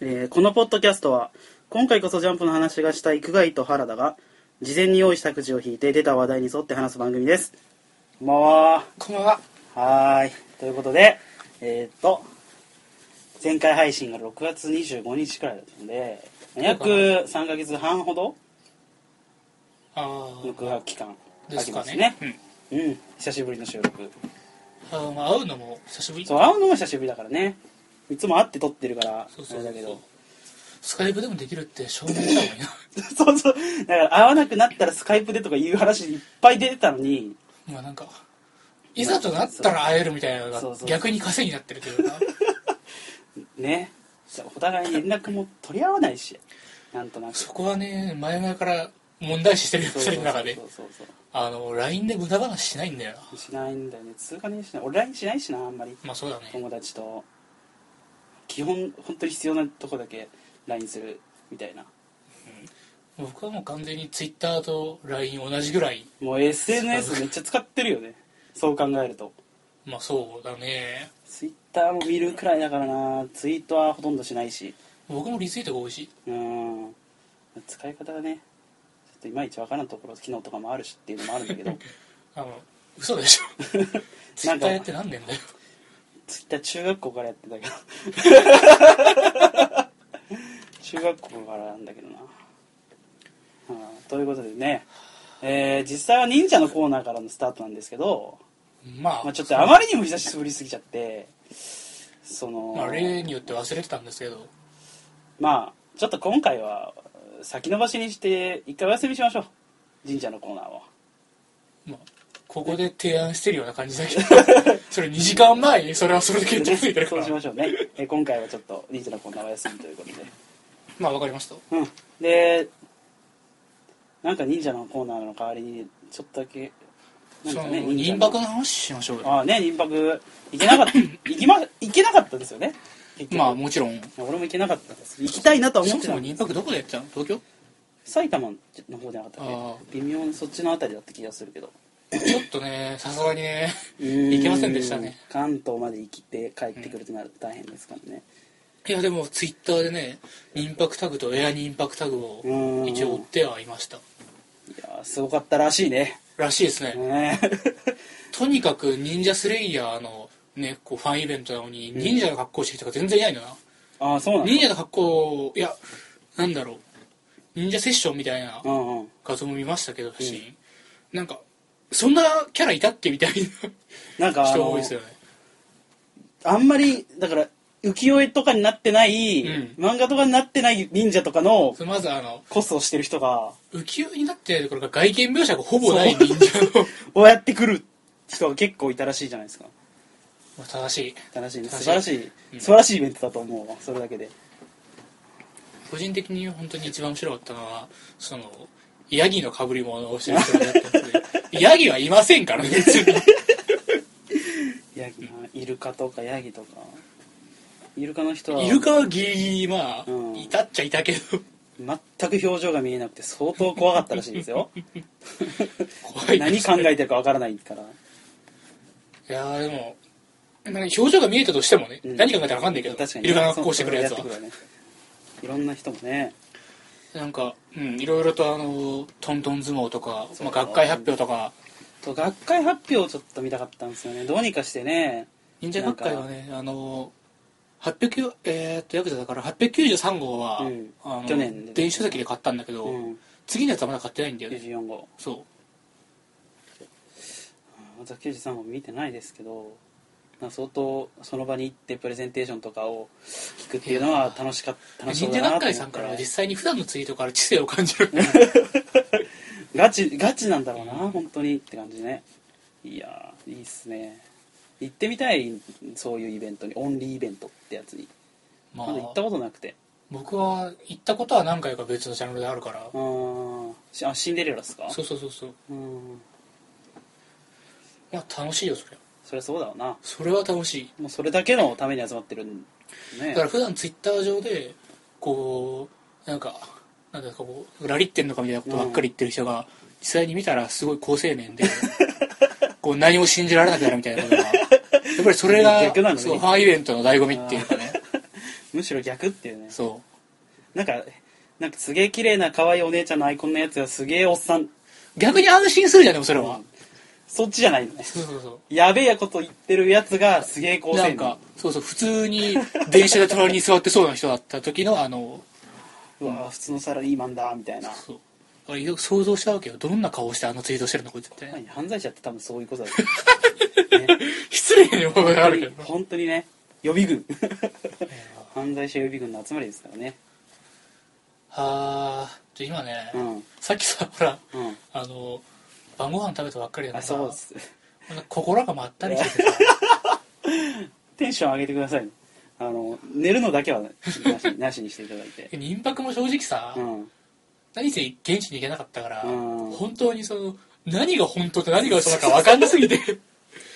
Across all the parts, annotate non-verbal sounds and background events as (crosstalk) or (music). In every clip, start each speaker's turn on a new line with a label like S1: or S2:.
S1: えーこのポッドキャストは今回こそジャンプの話がしたい久我井と原田が事前に用意したくじを引いて出た話題に沿って話す番組ですこんばんは
S2: こんばんは。
S1: はーいということでえーっと前回配信が6月25日くらいだったので約3ヶ月半ほど
S2: あ
S1: の空白期間
S2: で
S1: 空
S2: す
S1: き
S2: か
S1: ます
S2: ね
S1: ね。
S2: うん
S1: うん久しぶりの収録
S2: あーまあ会うのも久しぶり。
S1: そう会うのも久しぶりだからねいつも会って撮ってるから
S2: そう
S1: あ
S2: そう
S1: れ
S2: そ
S1: だ
S2: う
S1: けど
S2: スカイプでもできるって証明した方
S1: (laughs)
S2: がいいな。
S1: そうそう。だから、会わなくなったらスカイプでとかいう話いっぱい出てたのに、
S2: 今なんか、いざとなったら会えるみたいな
S1: そう
S2: のが
S1: そうそう
S2: 逆に稼ぎになってるとい
S1: (laughs)
S2: うか。
S1: ね。お互い連絡も取り合わないし、なんとなく。
S2: そこはね、前々から問題視してるよ、
S1: そう
S2: 二
S1: そう
S2: 人の中で
S1: そ。うそうそう。
S2: あの、LINE で無駄話しないんだよな。
S1: しないんだよね。通過ねしない。俺 LINE しないしな、あんまり。
S2: まあそうだね。
S1: 友達と。基本、本当に必要なとこだけ LINE するみたいな。
S2: 僕はもう完全に Twitter と LINE 同じぐらい。
S1: もう SNS めっちゃ使ってるよね。そう考えると。
S2: まあそうだね。
S1: Twitter も見るくらいだからな、ツイートはほとんどしないし。
S2: 僕もリツイートが多いし。
S1: うん使い方がねちょっといまいちわからんところ機能とかもあるしっていうのもあるんだけ
S2: (laughs)
S1: ど
S2: あの、嘘でしょ。
S1: (laughs) なんか
S2: Twitter やって何年だよ。
S1: ツイッター中学校からやってた
S2: (laughs)
S1: けど中学校からなんだけどな、うん、ということでね、えー実際は忍者のコーナーからのスタートなんですけど、
S2: まあ、
S1: まあ、ちょっとあまりにも久しぶりすぎちゃってその
S2: まあ、例によって忘れてたんですけど
S1: まあちょっと今回は先延ばしにして一回お休みしましょう神社のコーナーを。
S2: まあここで提案してるような感
S1: (laughs)
S2: じだけどそれ2時間前にそれはそれで決着ついてるか
S1: そう
S2: ら
S1: しましょうねえ今回はちょっとニートのコーナーお休みということで
S2: まあわかりました
S1: うんでなんか忍者のコーナーの代わりにちょっとだけなん
S2: そ
S1: か
S2: の
S1: ね
S2: 輪
S1: 者
S2: 郭の話しましょうよ
S1: ああね輪泊行けなか
S2: (laughs)
S1: った行きま行けなかったんですよね結局
S2: まあもちろん
S1: 俺も行けなかったんです行きたいなとは
S2: そ
S1: 思って
S2: もそ
S1: た
S2: も輪郭どこでやってたの
S1: (laughs)
S2: 東京
S1: 埼玉の方じゃなかったっ
S2: ああ
S1: け微妙にそっちのあたりだった気がするけど
S2: ちょっとねさすがにね
S1: 行
S2: けませんでしたね
S1: 関東まで行きて帰ってくるとなると大変ですからね
S2: いやでもツイッターでね輪郭タグとエアに輪郭タグ
S1: う
S2: を
S1: ん
S2: 一応追ってはいました
S1: いやーすごかったらしいね
S2: らしいですね
S1: ね
S2: とにかく忍者スレイヤーのねこうファンイベントなのに忍者の格好してる人が全然いないのよな
S1: ああそうなんだ
S2: 忍者の格好いやなんだろう忍者セッションみたいな
S1: うんうん
S2: 画像も見ましたけど写真、なんかそんなキャラいたっけみたい
S1: なん
S2: な
S1: かあ
S2: 人
S1: の
S2: 多いですよね
S1: あんまりだから浮世絵とかになってない、
S2: う
S1: 漫画とかになってない忍者とかの
S2: まずあの
S1: コスをしてる人が
S2: 浮世絵になってるところが外見描写がほぼない忍者
S1: (laughs)
S2: の
S1: こうやってくる人が結構いたらしいじゃないですか
S2: まあ正しい
S1: 正しいね素
S2: 正しい
S1: 晴らしい、
S2: うん
S1: 素晴らしいイベントだと思うわそれだけで
S2: 個人的に本当に一番面白かったのはそのヤギの被り物をしてる人だったん
S1: (laughs)
S2: ですけどヤギはいませんからね別に
S1: ヤギなイルカとかヤギとかイルカの人は
S2: イルカはギリギリまあ、
S1: うん
S2: いたっちゃいたけど
S1: 全く表情が見えなくて相当怖かったらしいです
S2: (laughs)
S1: よ
S2: 怖いで
S1: 何
S2: す
S1: 考えてるかわからないから
S2: いやーでもなんか表情が見えたとしてもね、
S1: うん
S2: 何考えたか分かんないけど
S1: 確かに
S2: イルカがこうしてくるやつは
S1: そうそうやってくるわねいろんな人もね
S2: なんか、うん、いろいろとあのトントン相撲とか、
S1: そう
S2: まあ、学会発表とか
S1: と学会発表をちょっと見たかったんですよねどうにかしてね
S2: 忍者学会はねあの800えー、っとヤクザだから893号は、
S1: うん
S2: あの
S1: 去年で
S2: 電子書籍で買ったんだけど、
S1: うん
S2: 次のやつはまだ買ってないんだよね
S1: 94号
S2: そ
S1: また93号見てないですけどまあ相当その場に行ってプレゼンテーションとかを聞くっていうのは楽しかった
S2: う
S1: 楽しそ
S2: 忍
S1: うだなと思
S2: 者学
S1: って
S2: 会さんからは実際に普段のツイートから知性を感じる
S1: ガチガチなんだろうな本当にって感じねいやーいいっすね行ってみたいそういうイベントにオンリーイベントってやつに
S2: (laughs) ま
S1: まだ行った
S2: あ
S1: ことなくて
S2: 僕は行ったことは何回か別のチャンネルであるから
S1: あーしあシンデレラっすか
S2: そうそうそうそう
S1: うん
S2: まあ楽しいよそれは
S1: そりゃそうだろうな
S2: それは楽しい
S1: もうそれだけのために集まってるんだね
S2: だから普段ツイッター上でこうなんかなんだかこうラリってんのかみたいなことばっかり言ってる人が、実際に見たらすごい好青年で (laughs) こう何も信じられなくなるみたいなことがやっぱりそれが
S1: 逆なのね (laughs)
S2: そうファンイベントの醍醐味っていうかね
S1: むしろ逆っていうね
S2: そ
S1: なんかなんかすげえ綺麗な可愛いお姉ちゃんのアイコンのやつがすげえおっさん
S2: う逆に安心するじゃんでもそれは、
S1: そっちじゃないのね
S2: そうそうそう
S1: やべえこと言ってるやつがすげえ高
S2: な
S1: 青年
S2: んかそうそう普通に電車で隣に座ってそうな人だった時のあの
S1: うわ普通のサラリーマンだみたいな
S2: そうあれよく想像したわけよどんな顔してあのツイートしてるのこいつって、
S1: まあ犯罪者って多分そういうことだと思うね
S2: (laughs) 失礼にも程があるけど
S1: 本当にね予備軍 (laughs) 犯罪者予備軍の集まりですからね
S2: あーで今ね、
S1: うん
S2: さっきさほら
S1: うん
S2: あの晩ご飯食べたばっかりだか
S1: あ
S2: ら
S1: そうです
S2: なんか心がまったりしててさ
S1: テンション上げてくださいねあの寝るのだけはなしなしにしていただい
S2: (laughs)
S1: て
S2: 民泊も正直さ、
S1: うん
S2: 何せ現地に行けなかったから、
S1: うん
S2: 本当にその何が本当と何が嘘だか分かんなすぎて (laughs)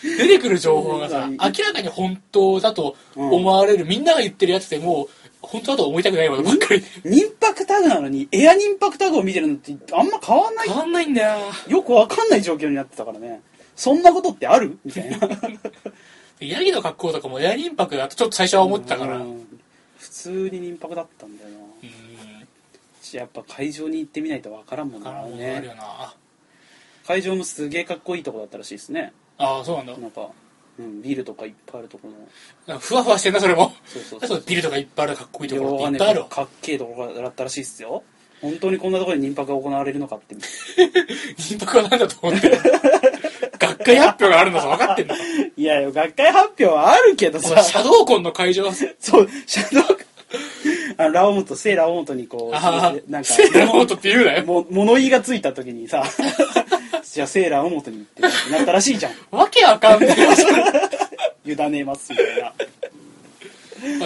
S2: 出てくる情報がさ
S1: うん
S2: 明らかに本当だと思われる、みんなが言ってるやつでも本当だと思いたくないものばっかり
S1: 民泊タグなのにエア民泊タグを見てるのってあんま変わんない
S2: 変わんないんだよ
S1: よくわかんない状況になってたからねそんなことってあるみたいな
S2: ヤギの格好とかもエアリンパクだとちょっと最初は (laughs) 思ってたから、うん
S1: うん普通に民泊だったんだよなやっぱ会場に行ってみないとわからんもん
S2: だから
S1: な
S2: もうある
S1: ね
S2: よな
S1: 会場もすげえかっこいいとこだったらしいですね
S2: ああそうなんだ
S1: なんか、うん、ビールとかいっぱいあるところの
S2: なんかふわふわしてんなそれも
S1: そうそう
S2: あ
S1: そ
S2: と
S1: う
S2: ビルとかいっぱいあるかっこいいところ
S1: 両
S2: ってい
S1: 金
S2: っぱいあるわ
S1: かっけえところだったらしいっすよ本当にこんなところで民泊が行われるのかって (laughs)
S2: 民泊は何だと思ってる学会発表があるんだぞ分かってんだ
S1: いやいや、学会発表はあるけど
S2: お
S1: さ
S2: 前、シャドウコンの会場
S1: そう、シャドウ、 (laughs) あの、ラオモト、聖ラオモトにこ
S2: あ
S1: う、な
S2: あ
S1: んか、
S2: セーラーモートって言うなよ
S1: も物言いがついた時にさ、 (laughs) じゃあ聖ラオモトに行ってなったらしいじゃん。
S2: わけわかんない
S1: 委ねますみたいな。
S2: ま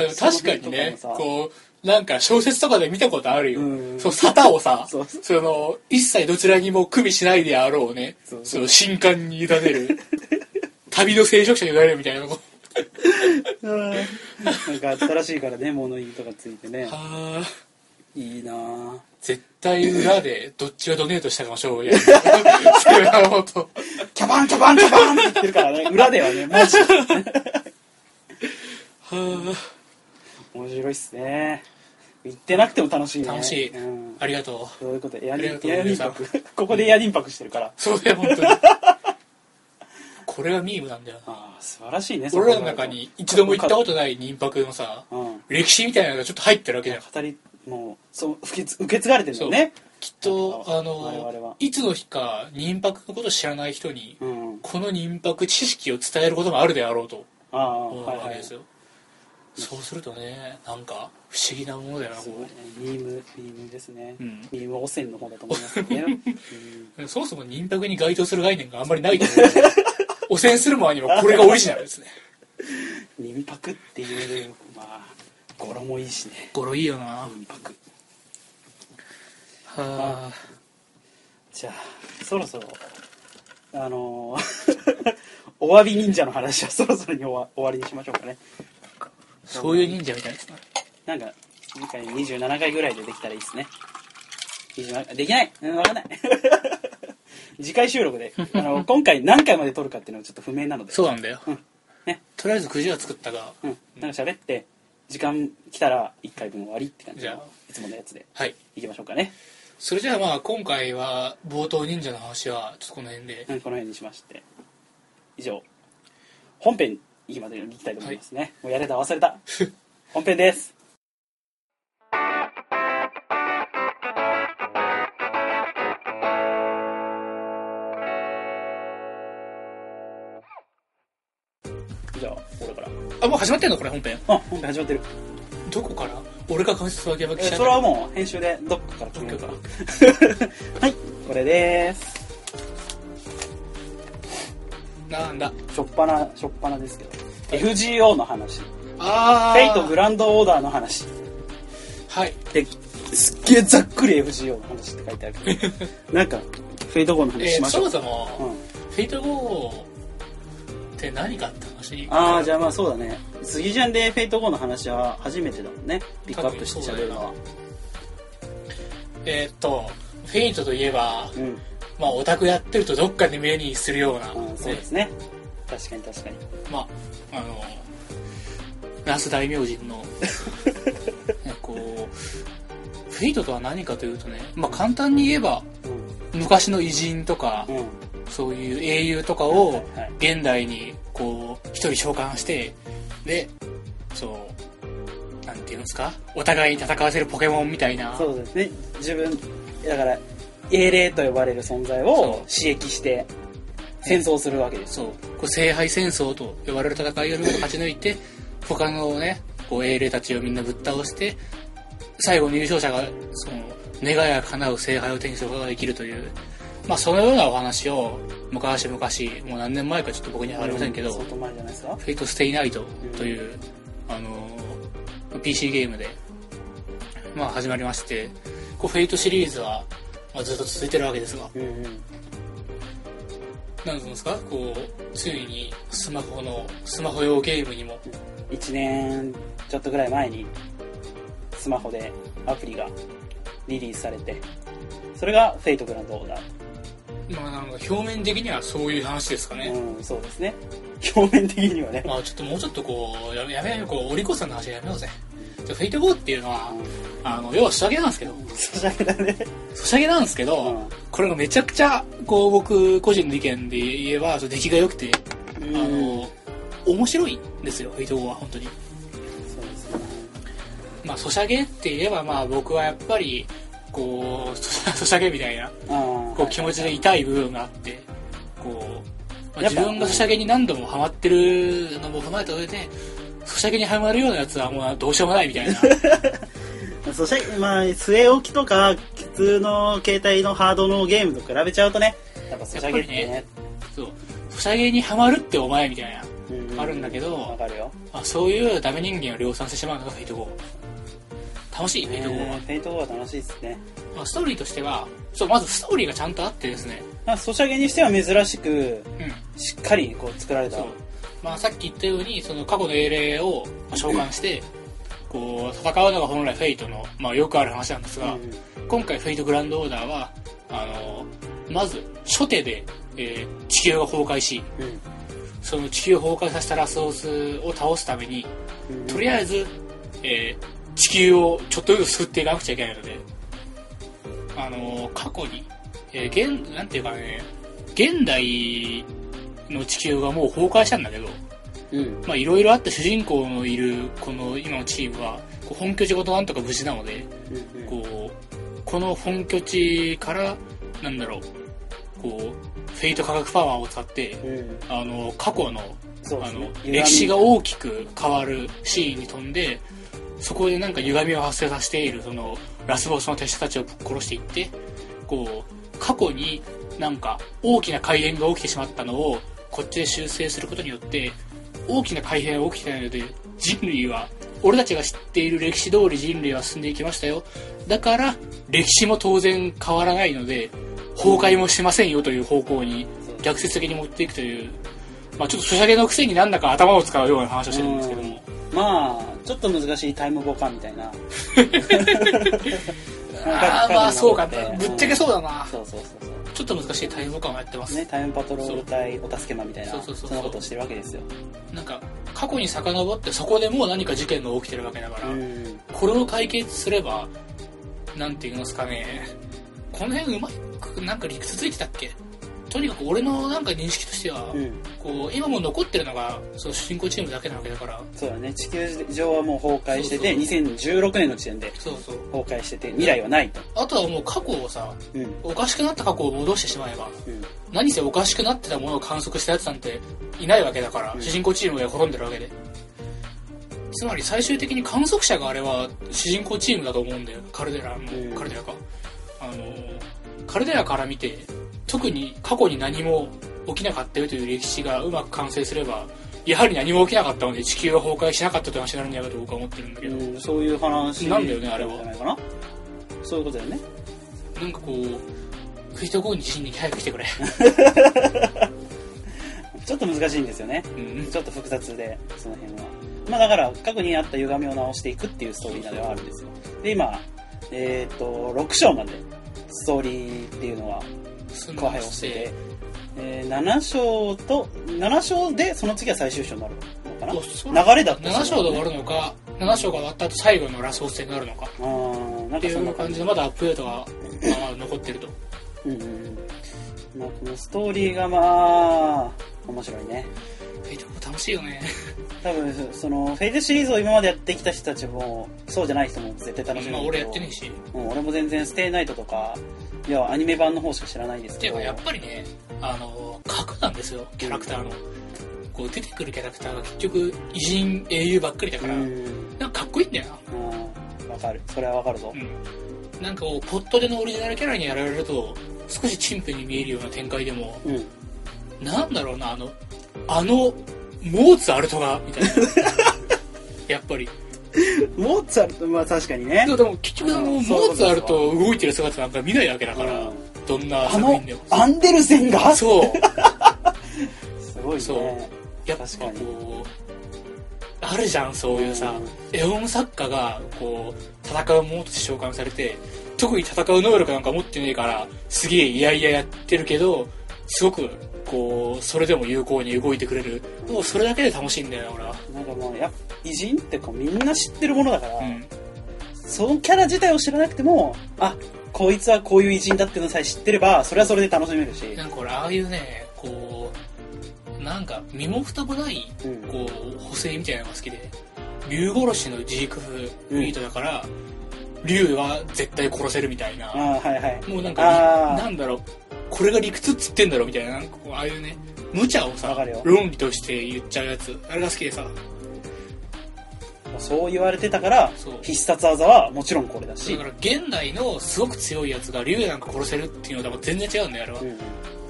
S2: あでも (laughs) 確かにね
S1: その辺とかもさ
S2: こうなんか小説とかで見たことあるよ
S1: うん
S2: そう沙汰をさ
S1: そう
S2: その一切どちらにも組みしないであろうね
S1: そう
S2: その新刊に委ねる旅の聖職者に委ねるみた
S1: (laughs)
S2: いなこう
S1: なんかあったらしいからね、物言いとかついてね。
S2: はあ
S1: いいなぁ。
S2: 絶対裏でどっちがドネートしたかもしょうがないセーラーモート
S1: キャバンキャバンキャバンって言ってるからね、裏ではね、マジで
S2: は
S1: 面白いっすね。行ってなくても楽しいね。
S2: あ楽しい
S1: うん
S2: ありがとう
S1: そういうこと、エアリ
S2: ありが
S1: ン
S2: とうご
S1: エ
S2: ざ
S1: ア
S2: いま
S1: リン
S2: した
S1: パク。ここでエアリンパクしてるから。
S2: そうだよ本当にこれはミームなんだよな
S1: ああ、素晴らしいね。
S2: 俺らの中に一度も行ったことない民泊のさ
S1: と。うん。
S2: 歴史みたいなのがちょっと入ってるわけじゃん
S1: 語り、もう、そう、受け継受け継がれてるんだよね。
S2: きっと
S1: 我
S2: あ
S1: 々
S2: の
S1: はい
S2: つの日か民泊のこと知らない人に
S1: うん。
S2: この民泊知識を伝えることもあるであろうと
S1: ああ、
S2: 思う
S1: はい
S2: わ
S1: は
S2: け
S1: い。
S2: ですすよそうするとねなんか不思議なものだよなこ
S1: ごいね
S2: う
S1: ミーム、ミームですね。
S2: うん
S1: ミーム汚染の方だと思いますけどね。うん
S2: そもそも民泊に該当する概念があんまりないと思うんです
S1: (laughs)
S2: よ汚染する前にはこれがオリジナルですね
S1: 民泊っていう、まあ、語呂もいいしね。
S2: ゴロいいよな
S1: 民泊。
S2: はあ
S1: じゃあ、そろそろ、あのー (laughs) お詫び忍者の話はそろそろに終わ終わりにしましょうかね。
S2: そういう忍者みたいです
S1: な
S2: な
S1: んか、次回27回ぐらいでできたらいいですね。27回できないうん、わかんない。 (laughs) 次回収録で、あの、今回何回まで撮るかっていうのはちょっと不明なので、
S2: そうなんだよ、
S1: うんね
S2: とりあえずくじは作ったが
S1: うん。なんか喋って、時間来たら1回分終わりって感じ
S2: じゃあ
S1: の、いつものやつで
S2: はい
S1: いきましょうかね。
S2: それじゃあまあ今回は冒頭忍者の話はちょっとこの辺で
S1: うん、この辺にしまして。以上、本編いきまで行きたいと思いますね。もうやれた、忘れた。本編です。じゃあ、俺から。
S2: あもう始まってんのこれ本編
S1: あ、本編始まってる。
S2: どこから俺が関節を上げばき
S1: え
S2: しちゃ
S1: それはもう編集でどっかから決めるから。はい、これです。
S2: なんだ
S1: しょっぱな、しょっぱなですけど。FGO の話。フ
S2: あ
S1: ェイトグランドオーダーの話。
S2: はい
S1: ですっげえざっくり FGO の話って書い
S2: (laughs)
S1: てあるけどなんかフェイドゴーの話
S2: え
S1: し
S2: ー
S1: まし
S2: そ
S1: ょう、
S2: もそも、
S1: うん、
S2: フェイトゴーって何かって話
S1: ああじゃあまあそうだね杉ジャンでフェイトゴーの話は初めてだもんねピックアップして喋るのは
S2: えーっとフェイトといえば、
S1: う,、ん、
S2: まあオタクやってるとどっかで目にするような、
S1: うん、そうですね確かに確かに (laughs)
S2: まああのナース大明神のフェイトとは何かというとね、まあ、簡単に言えば
S1: うん
S2: 昔の偉人とか、
S1: うん
S2: そういう英雄とかを
S1: はい
S2: 現代にこう一人召喚してでそうなんていうんですかお互いに戦わせるポケモンみたいな
S1: そうですね自分だから英霊と呼ばれる存在を
S2: そう
S1: 刺激して戦争するわけです
S2: そうこう聖杯戦争と呼ばれる戦いを勝ち抜いて他のねこう英霊たちをみんなぶっ倒して最後入賞者がその願いが叶う聖杯を手にすることができるというまあそのようなお話を昔々もう何年前かちょっと僕にはわかりませんけど、
S1: 相当前じゃないですか
S2: フェイトステイナイトという、あのー PC ゲームで、まあ、始まりましてこうフェイトシリーズは、まあ、ずっと続いてるわけですが
S1: うんうん
S2: なんていうんですかこうついにスマホのスマホ用ゲームにも
S1: 1年ちょっとぐらい前にスマホでアプリがリリースされてそれが「フェイトグランドオーダー」
S2: まあなんか表面的にはそういう話ですかね、
S1: うんそうですね表面的にはね
S2: まあちょっともうちょっとこうやめやめやめこうオリコさんの話はやめようぜじゃあフェイト4っていうのは、あの要はソシャゲなんですけど
S1: そしゃれだね
S2: ソシャゲなんですけど、
S1: うん
S2: これがめちゃくちゃこう僕個人の意見で言えばちょっと出来が良くて
S1: あ
S2: あの、面白いんですよ、フェイトゴーは本当に。
S1: そうですね
S2: まあ、ソシャゲって言えば、まあ僕はやっぱり、こう、ソシャゲみたいな、
S1: あ
S2: こう気持ちで痛い部分があって、こう、まあ
S1: やっぱ
S2: 自分がソシャゲに何度もハマってるのも踏まえた上で、ソシャゲにハマるようなやつはもうどうしようもない
S1: (laughs)
S2: みたいな。
S1: ちそしてまあ据え置きとか普通の携帯のハードのゲームと比べちゃうとねやっぱそしゃげって
S2: や
S1: ね
S2: そう。ソシャゲにハマるってお前みたいな。
S1: う
S2: あるんだけど
S1: わかるよ
S2: まあ、そういうダメ人間を量産してしまうのがフェイトゴー。楽しい、フェイトゴー
S1: ね
S2: は。
S1: フェイトオーダー楽しいですね
S2: まあ、ストーリーとしては、そう、まずストーリーがちゃんとあってですね、
S1: なんかソシャゲにしては珍しく
S2: うん。
S1: しっかりこう作られた
S2: そうまあ、さっき言ったようにその過去の英霊をまあ召喚してこう戦うのが本来フェイトの、まあ、よくある話なんですが、
S1: うん
S2: 今回フェイトグランドオーダーはあのまず初手で、えー地球が崩壊し
S1: うん
S2: その地球を崩壊させたラスボスを倒すために
S1: うん
S2: とりあえず、えー地球をちょっとずつ救っていかなくちゃいけないので、あのー過去に、えー現、なんていうかね、現代の地球がもう崩壊したんだけど、
S1: うん
S2: まあいろいろあった主人公のいるこの今のチームは、こう本拠地ごとなんとか無事なので、
S1: うん
S2: こう、この本拠地から、なんだろう、こう、フェイト科学パワーを使って、
S1: うん
S2: あの過去の
S1: そうで
S2: あ
S1: す
S2: の
S1: ね
S2: 歴史が大きく変わるシーンに飛んでそこでなんか歪みを発生させているそのラスボスの手下たちをぶっ殺していってこう過去になんか大きな改変が起きてしまったのをこっちで修正することによって大きな改変が起きてないので人類は俺たちが知っている歴史通り人類は進んでいきましたよだから歴史も当然変わらないので崩壊もしませんよという方向に逆説的に持っていくという、まあ、ちょっとソシャゲのくせになんだか頭を使うような話をしてるんですけども、
S1: まあちょっと難しいタイムボカンみたいな
S2: ああまあそうかねぶっちゃけ
S1: う
S2: そうだな、
S1: そうそうそうそ
S2: ちょっと難しい対応感をやってま
S1: う
S2: す、
S1: ねタイムパトロール隊お助けマンみたいな
S2: そう
S1: そ
S2: そうそうそうん
S1: なことをしてるわけですよ
S2: なんか過去に遡ってそこでもう何か事件が起きてるわけだから、
S1: うん
S2: これを解決すればなんて言いますかねこの辺うまくなんか理屈ついてたっけとにかく俺のなんか認識としては、
S1: うん
S2: こう今も残ってるのがその進行チームだけなわけだから
S1: そうだね地球上はもう崩壊してて
S2: そう
S1: 2016年の時点で
S2: そうそう
S1: 崩壊してて未来はないと
S2: あとはもう過去をさ
S1: うん
S2: おかしくなった過去を戻してしまえば
S1: うん
S2: 何せおかしくなってたものを観測したやつなんていないわけだから、
S1: うん
S2: 主人公チームが滅んでるわけでつまり最終的に観測者があれは主人公チームだと思うんだよカルデラの、
S1: うん
S2: カルデラかあのカルデラから見て特に過去に何も起きなかったよという歴史がうまく完成すればやはり何も起きなかったので地球は崩壊しなかったという話になるんじゃないかと僕は思ってるんだけど、
S1: うんそういう話
S2: なんだよねあれは
S1: じゃないかなそういうことだよね
S2: なんかこうフィートゴーに地震に早く来てくれ、
S1: ちょっと難しいんですよね (laughs)
S2: うん
S1: ちょっと複雑でその辺はまあだから過去にあった歪みを直していくっていうストーリーなではあるんですよで今えっ、と6章までストーリーっていうのは
S2: 進んで
S1: 後輩
S2: ま
S1: を
S2: し
S1: して
S2: て
S1: て、えー7章と7章でその次は最終章になるのかな
S2: おそう
S1: 流れだった
S2: 7章で終わるのか7章が終わった後最後のラスボス戦になるのか
S1: うんなん
S2: って
S1: か
S2: い
S1: そんな
S2: う
S1: 感
S2: 感
S1: じ
S2: じでまだアップデートがまあ残ってると
S1: うんうんうんまあこのストーリーがまあ面白いね
S2: フェイトも楽しいよね
S1: 多分そのフェイズシリーズを今までやってきた人たちもそうじゃない人も絶対楽しみだ
S2: まあ
S1: けど
S2: 俺やってねえし
S1: うん、俺も全然ステイナイトとかいやアニメ版の方しか知らないですけ
S2: で
S1: ど
S2: もやっぱりねあの核なんですよキャラクターのこう出てくるキャラクターが結局偉人英雄ばっかりだ
S1: う
S2: から、
S1: ん
S2: なんかかっこいいんだよな
S1: うんわかるそれはわかるぞ
S2: うん、なんかこうポットでのオリジナルキャラにやられると少し陳腐に見えるような展開でも
S1: うん
S2: なんだろうなあのあのモーツァルトがみた (laughs) いなやっぱり
S1: モーツァルトまあ確かにね
S2: でもでも結局あの
S1: う
S2: モ
S1: んそういうこ
S2: ー
S1: と
S2: ツァルト動いてる姿なんか見ないわけだから、
S1: うん
S2: どんな
S1: あ
S2: 作
S1: の
S2: 品でも
S1: アンデルセンがす
S2: (laughs) そう
S1: ごい
S2: そう
S1: ね
S2: やっぱ
S1: 確かに
S2: こうあるじゃんそういうさ、
S1: うん
S2: 絵本作家がこう戦うものとして召喚されて特に戦う能力なんか持ってねえからすげえいやいややってるけどすごくこうそれでも有効に動いてくれるもうそれだけで楽しいんだよな俺は、
S1: なんかもうやっぱ偉人ってこうみんな知ってるものだから、
S2: うん、
S1: そのキャラ自体を知らなくてもあこいつはこういう偉人だっていうのさえ知ってればそれはそれで楽しめるし
S2: なんか俺ああいうねこうなんか身も蓋もない
S1: うん
S2: こう補正みたいなのが好きで竜殺しのジークフミートだから、竜は絶対殺せるみたいな、
S1: ああはいはい
S2: もうなんか
S1: あー
S2: なんだろうこれが理屈っつってんだろみたいななんかこうああいうね無茶を
S1: わ
S2: さ
S1: かるよ
S2: 論理として言っちゃうやつあれが好きでさ
S1: そう言われてたから
S2: そう
S1: 必殺技はもちろんこれだし
S2: だから現代のすごく強いやつが竜なんか殺せるっていうのとは全然違うんだよあれは、
S1: うん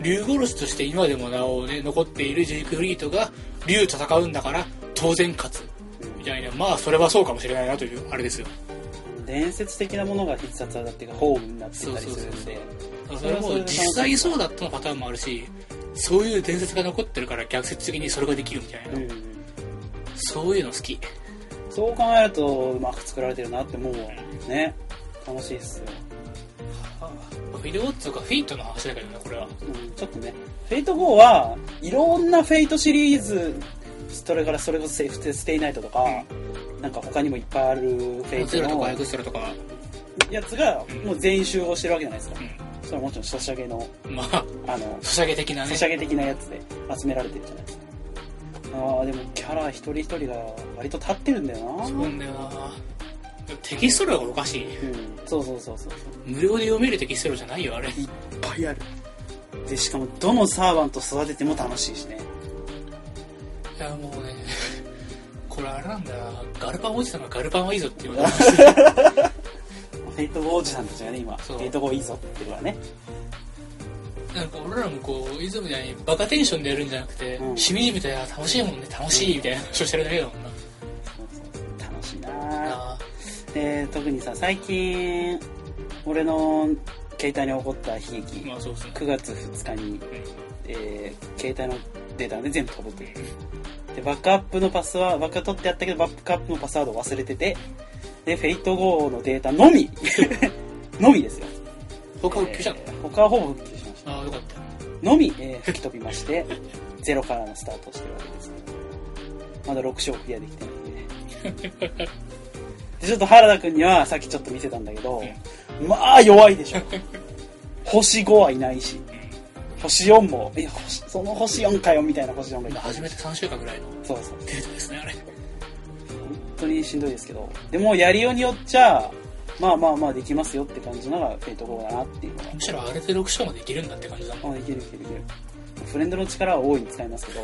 S2: 竜殺しとして今でもなおね残っているジェイク・フリートが竜と戦うんだから当然勝つみたいなまあそれはそうかもしれないなというあれですよ
S1: 伝説的なものが必殺技っていうかホームになってたりするんで
S2: それも実際そうだったのパターンもあるしそういう伝説が残ってるから逆説的にそれができるみたいな、
S1: うん
S2: そういうの好き
S1: そう考えるとうまく作られてるなって思うわね楽しいっすよ、
S2: あフィルオッツとかフェイトの話だけどねこれは
S1: うん、ちょっとねフェイト4はいろんなフェイトシリーズそれからそれこそセーフテステイナイトとか、なんか他にもいっぱいあるフェ
S2: モ
S1: イ
S2: ツ
S1: ト
S2: ラとかエ
S1: の
S2: クストラとか、
S1: やつがもう全集をしてるわけじゃないですか、
S2: う
S1: それはもちろんソシャゲの
S2: ん、まあ
S1: あの
S2: ソシャゲ的なね
S1: ソシャゲ的なやつで集められてるじゃないですかああでもキャラ一人一人が割と立ってるんだよな
S2: そうなんだよなテキスト量がおかしい
S1: うんそうそうそうそう
S2: 無料で読めるテキスト量じゃないよあれ
S1: いっぱいあるでしかもどのサーバント育てても楽しいしね
S2: いやもうねこれあれなんだよなガルパンおじさんがガルパンはいいぞっていう
S1: (laughs)
S2: の
S1: フェイトゴーおじさんたちがね今フ
S2: そう
S1: ェイトゴーいいぞっていうのはね
S2: なんか俺らもこういつもみたいにバカテンションでやるんじゃなくて、
S1: うん
S2: しみじみといや楽しいもんね楽しいみたいな話をしてるだけだもんな、
S1: そうそうそう楽しいな
S2: あ
S1: で特にさ最近俺の携帯に起こった悲劇
S2: ーまあそうですね
S1: 9月2日に、えー携帯のデータがね全部飛ぶというでバックアップのパスはバックアップ取ってやったけどバックアップのパスワード忘れててでフェイト GO のデータのみ (laughs) のみですよ
S2: 他復旧じゃん、
S1: えー他はほぼ復旧しまし
S2: ああよかった
S1: たのみ、えー吹き飛びまして (laughs) ゼロからのスタートをしてるわけですまだ6章クリアできてないんででちょっと原田君にはさっきちょっと見せたんだけど、まあ弱いでしょ星5はいないし星4もいや星その星4かよみたいな星4がい
S2: 今
S1: た
S2: 初めて3週間ぐらいの
S1: そうそう
S2: データですねあれ
S1: 本当にしんどいですけどでもやりようによっちゃまあまあまあできますよって感じのがフェイト5だなっていうのが
S2: むしろあれで6章までいけるんだって感じだもん
S1: あいけるいけるいけるフレンドの力は大いに使いますけど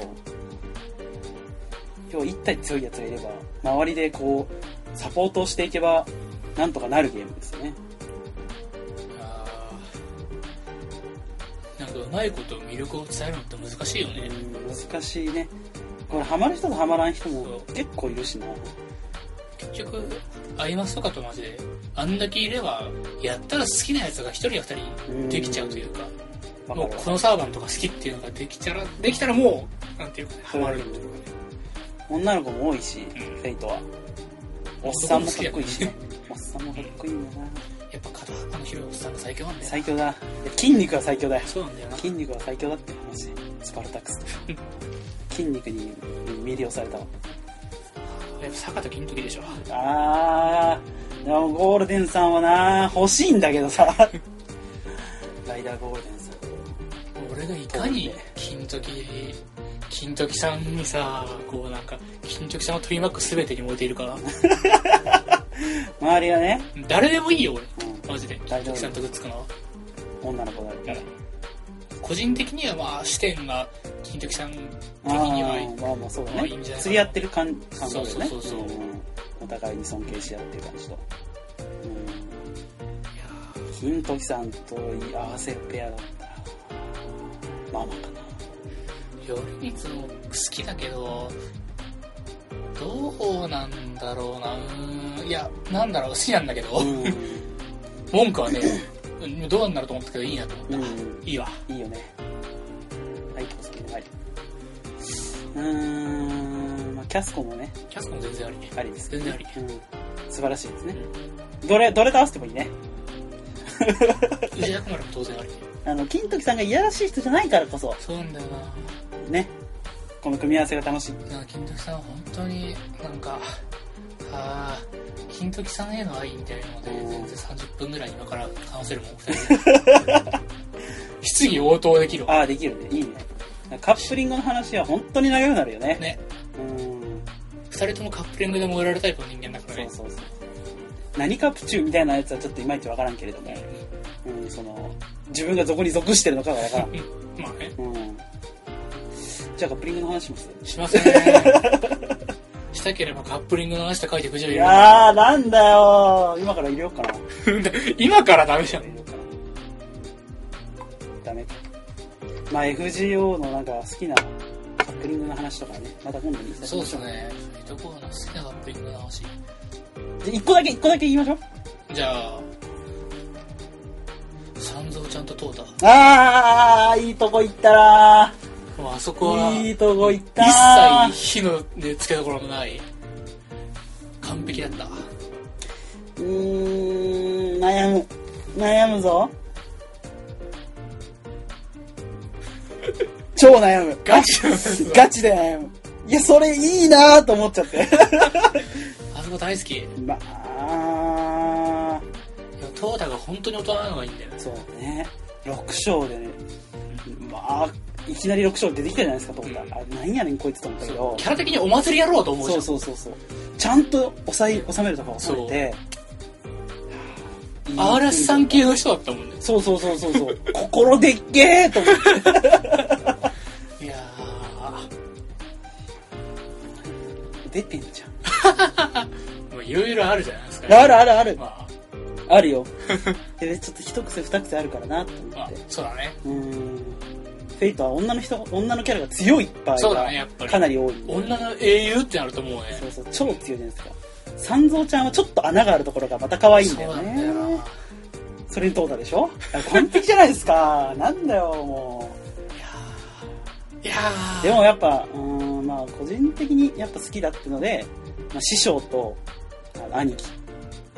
S1: 今日一体強いやつがいれば周りでこうサポートをしていけばなんとかなるゲームですよね
S2: あーなんかうまいこと魅力を伝えるのって難しいよね
S1: うん難しいねこれハマる人とハマらん人も結構いるしな
S2: 結局アイマスとかとマジであんだけいればやったら好きなやつが1人や2人できちゃうというか
S1: わか
S2: もう
S1: るわ
S2: このサーバンとか好きっていうのができたらできたらもうなんていうかねハマるっていうかね
S1: 女の子も多いし、フェイトはおっさんもかっこいいしねおっさんもかっこいいんだな
S2: やっぱ肩幅の広いおっさんが最強なんだよ
S1: 最強だいや筋肉は最強だよ
S2: そうなんだよな
S1: 筋肉は最強だって話スパルタック (laughs) ス筋肉に魅了されたわ
S2: やっぱ坂と金時でしょ
S1: あーでもゴールデンさんはな欲しいんだけどさ (laughs) ライダーゴールデンさん
S2: 俺がいかに金時金時さんにさこうなんか金時さんを取り巻く全てに燃えているから
S1: 周りがね、
S2: 誰でもいいよ俺
S1: う
S2: マジで
S1: 大丈
S2: 金
S1: 夫
S2: 時さんとくっつくのは
S1: ん、女の子だったら
S2: 個人的にはまあ視点が金時さん的
S1: あ
S2: には
S1: ーまあまあそうだ
S2: まあいいん
S1: ね
S2: じゃないかな
S1: 釣り合ってる感感覚だね
S2: そうそうそうそうん
S1: お互いに尊敬し合ってる感じとうん
S2: いや
S1: 金時さんといい合わせるペアだったらママかな
S2: ー頼光も好きだけどどうなんだろうなうーんいやなんだろう好きなんだけど、
S1: うん
S2: 文句はねうんどうなんだろうと思ったけどいいなと思った、
S1: うん
S2: いいわ
S1: いいよねはいお好きにはいうーん、まあ、キャスコもね
S2: キャスコも全然ありね
S1: ありですけど
S2: 全然あり
S1: うん、素晴らしいですねどれどれと合わせてもいいね
S2: 宇治薬丸も当然あり
S1: あの金時さんがいやらしい人じゃないからこそ
S2: そうなんだよ
S1: ねこの組み合わせが楽しい
S2: ななんか金時さんは本当になんかああ金時さんへの愛みたいなので
S1: うん
S2: 全然30分ぐらい今から話せるもん二人で (laughs) 質疑応答できるわ
S1: ああできるねいいねカップリングの話は本当に長くなるよね
S2: ね
S1: うん
S2: 二人ともカップリングで燃えられるタイプの人間だから
S1: そ
S2: ね
S1: うそうそう何カプチューみたいなやつはちょっといまいちわからんけれども、うん、その自分がどこに属してるのかがわからん、
S2: うんまあね
S1: うん、じゃあカップリングの話します
S2: しま (laughs) せんしたければカップリングの話と書いてくじゃい
S1: い
S2: る
S1: やーなんだよー今から入れようかな
S2: (laughs) 今からダメじゃん
S1: ダメか。まあ FGO のなんか好きなカップリングの話とかね、また今度にした
S2: そうですねフェイトコーの好きなカップリングの話
S1: で、一個だけ、一個だけ言いましょう。
S2: じゃあ三蔵ちゃんとトー
S1: あー、いいとこ行ったら
S2: タもうあそこは
S1: ー。いいとこ行ったー
S2: 一切火のでつけどころのない完璧だった
S1: うーん、悩む。悩む (laughs) ぞ。超悩む。
S2: ガチなんですよ
S1: ガチで悩む。いや、それいいなーと思っちゃって。
S2: あそこ大好きいや
S1: (laughs) まあ、
S2: トータが本当に大人なのがいいんだよね
S1: そうね。6章でね、まあ、いきなり6章出てきたじゃないですか、と思った
S2: うん
S1: ら。あ、なんやねんこいつと思ったけ
S2: そう
S1: ど
S2: キ。ャラ的にお祭りやろうと思うじゃ
S1: そ
S2: ん
S1: うそうそうそう。ちゃんと抑え、収めるとか収めて。
S2: 嵐さん系の人だったもんね
S1: そうそうそうそうそう。心でっけーと思って。
S2: いやー
S1: (laughs) 出てんじゃ
S2: まあいろいろあるじゃないです
S1: ん。
S2: か
S1: あるあるある。
S2: ま
S1: あるよ。で、ちょっと一癖二癖あるからなと
S2: あ、
S1: 思
S2: ま
S1: っ
S2: あ
S1: て。、
S2: そうだね
S1: うーん。フェイトは女の人、女のキャラが強い場合
S2: そうだねや
S1: が
S2: っぱり
S1: かなり多いんで。
S2: 女の英雄ってなると思うね
S1: そうそう、超強いじゃないですか。三蔵ちゃんはちょっと穴があるところがまた可愛いんだ
S2: そう
S1: よ
S2: なんだ
S1: ね
S2: よ。な
S1: それにどうだでしょあ完璧じゃないですか。 (laughs) なんだよ、も
S2: いや
S1: う。
S2: ー
S1: でもやっぱ、うーん、まあ、個人的にやっぱ好きだってので、まあ、師匠と、あの兄貴、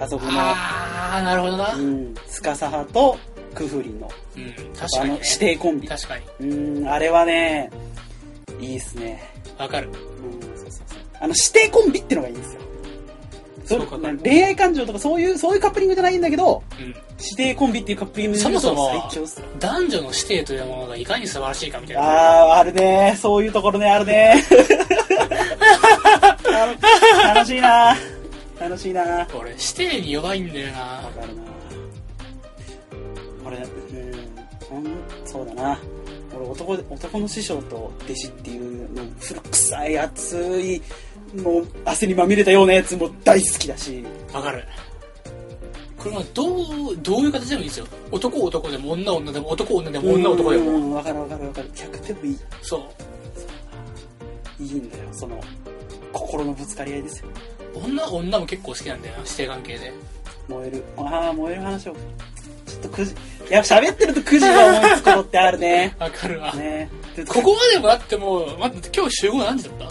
S1: あそこの、
S2: あーなるほどな
S1: う、ん、司派とクフリンの、
S2: うん、確か
S1: あ
S2: に、
S1: の、
S2: ね
S1: 指、定コンビ。
S2: 確かに
S1: うーん、あれはね、いいっすね。
S2: わかる
S1: うん、そうそうそう。あの、指定コンビってのがいいんですよ。そ
S2: そうか
S1: う恋愛感情とかそういう、そういうカップリングじゃないんだけど、
S2: うん
S1: 指定コンビっていうカップリング
S2: そもそも
S1: 最強っすよ
S2: 男女の指定というものがいかに素晴らしいかみたいな。
S1: あー、あるねそういうところね、ある
S2: (laughs)
S1: ねあの楽しいな楽しいなわか
S2: 俺、指定に弱いんだよな。
S1: るなこれ、うん、ほんそうだな俺男で、男の師匠と弟子っていうの、古臭い、熱い、もう汗にまみれたようなやつも大好きだし、
S2: わかる。これはどう、どういう形でもいいんですよ。男男でも女女でも男女でも女男で
S1: う
S2: も。
S1: ん、わかるわかるわかる。100点もいい。
S2: そう。
S1: いいんだよ、その、心のぶつかり合いですよ。
S2: 女女も結構好きなんだよな、指定関係で。。
S1: 燃える。ああ、燃える話を。ちょっとくじ、いや、喋ってるとくじが思いつくことってあるね
S2: わかるわ。
S1: ねで
S2: ここまでもだってもう、待って、今日集合何時だった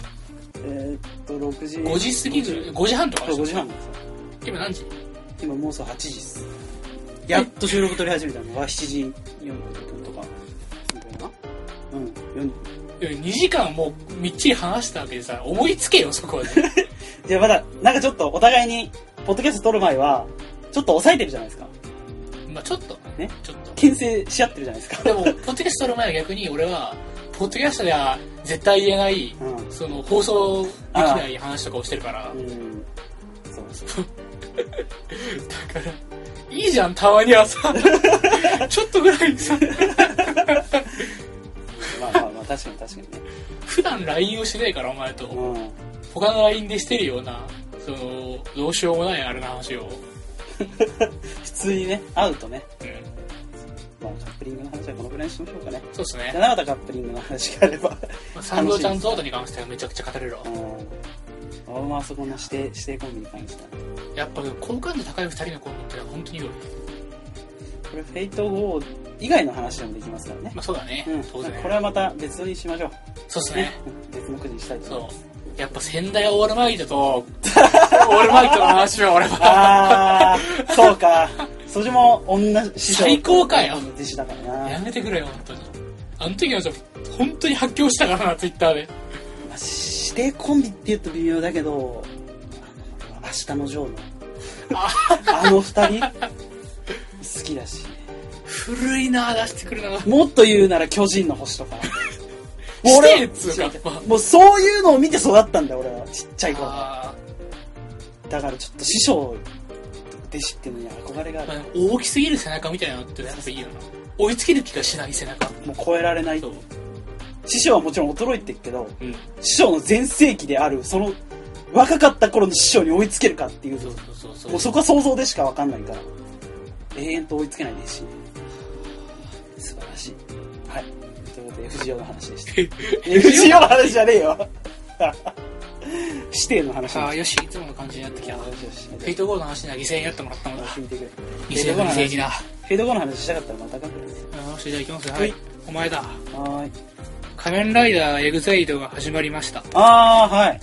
S1: えーっと、6時。
S2: ?5 時過ぎぐらい、5時半とかで
S1: そう、5
S2: しょ
S1: 時半なんですよ。
S2: 今何時
S1: 今もうそう8時っす。やっと収録取り始めたのが7時40分とか。みたいな。うん。よ
S2: 2時間も
S1: (laughs)
S2: うみっちり話したわけでさ、思いつけよ、そこはね。
S1: んじゃあまだ、なんかちょっとお互いにポッドキャスト撮る前は、ちょっと抑えてるじゃないですか。
S2: まあちょっと
S1: ね
S2: ちょっと
S1: 牽制し合ってるじゃないですか。
S2: でもポッドキャストの前は逆に俺はポッドキャストでは絶対言えない
S1: うん。
S2: その放送できない話とかをしてるから
S1: うん。そうそう。
S2: だからいいじゃんたまにはさ (laughs) ちょっとぐらいさ
S1: まあまあまあ、確かに確かにね。
S2: 普段 LINE をしないからお前と
S1: うん。
S2: 他の LINE でしてるようなそのどうしようもないあれの話を、
S1: (laughs) 普通にね、会うとね。
S2: うん、
S1: まあ、カップリングの話はこのぐらいにしましょうかね。
S2: そうです
S1: じゃ
S2: ね
S1: あなかったカップリングの話があれば。
S2: まあ三郎ちゃんとートに関してはめちゃくちゃ語れるわ
S1: うん。あんまあそこの指定、指定コンビに関しては。
S2: やっぱ好感度高い二人のコンビってのは本当に良い、
S1: これ、フェイト5以外の話でもできますからね。
S2: まあ、そうだね、
S1: うん。
S2: 当然
S1: これはまた別にしましょ
S2: (laughs)
S1: う。
S2: そうです
S1: ね
S2: ね、
S1: うん別のくじにしたいと思います。
S2: そうやっぱ仙台オールマイトと
S1: (laughs)
S2: オールマイトの話は俺は
S1: ああ、そうか。それも女師匠。
S2: 最高かよ
S1: 弟子だから
S2: や
S1: な。
S2: めてくれよ本当にあの時の人本当に発狂したからなツイッターで
S1: まあ指定コンビって言うと微妙だけど、あの明日のジョーの、あの二人、好きだし。
S2: 古いなぁ出してくるなぁ
S1: もっと言うなら巨人の星と
S2: (laughs)
S1: か。
S2: 指定っつうか
S1: 違う違う
S2: まあ
S1: もうそういうのを見て育ったんだよ、俺は。ちっちゃい頃。
S2: あ
S1: だからちょっと師匠、弟子っていうのに憧れがあ
S2: ー、
S1: る
S2: ま。あ、大きすぎる背中みたいなのってやっぱいいよな追いつける気がしない背中
S1: もう超えられない
S2: そ。う
S1: 師匠はもちろん衰えてるけど、
S2: うん
S1: 師匠の全盛期である、その、若かった頃の師匠に追いつけるかっていう
S2: そう
S1: と、
S2: そうそう
S1: もう
S2: そ
S1: そこは想像でしかわかんないから、永遠と追いつけない弟子。素晴らしい。はい。ということで、藤尾の話で
S2: (laughs)
S1: した。藤尾の話じゃねえよ指定の話
S2: うああ
S1: で
S2: よしいつもの感じになってき
S1: した。
S2: た
S1: よ
S2: フ
S1: しよし
S2: ェイトゴールの話には犠牲になってもらったのだ
S1: 聞いてくれ
S2: 犠
S1: フェイ
S2: 牲
S1: ドゴ
S2: だ
S1: ーの
S2: 犠牲に
S1: 話
S2: な
S1: フェードゴーの話したかったらまた書くからね。
S2: よしじゃあ行きますよ
S1: はい
S2: はいお前だ
S1: はーい。
S2: 仮面ライダーエグザイドが始まりました
S1: あー、はい。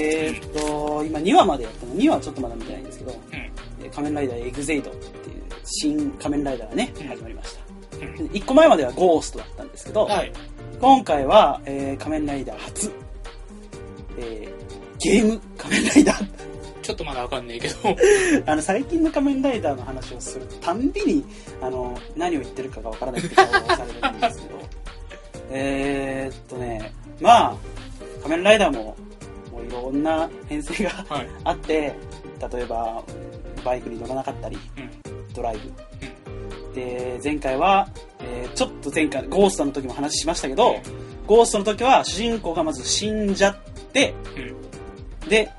S1: えー、っと、今2話までやったの、2話ちょっとまだ見てないんですけど、
S2: う
S1: えー仮面ライダーエグゼイドっていう新仮面ライダーがね、
S2: うん
S1: 始まりました。
S2: んうん
S1: 1個前まではゴーストだったんですけど、
S2: はい
S1: 今回は、えー仮面ライダー初、えーゲーム仮面ライダー。
S2: ちょっとまだわかんねえけど
S1: (laughs) あの、最近の仮面ライダーの話をするたんびに、あの、何を言ってるかがわからないって顔をされるんですけど、えーっとね、まあ、仮面ライダーも、もういろんな編成が
S2: はい
S1: あって、例えば、バイクに乗らなかったり、
S2: うん
S1: ドライブで前回は、えーちょっと前回ゴーストの時も話しましたけど、ゴーストの時は主人公がまず死んじゃって
S2: うんうん
S1: で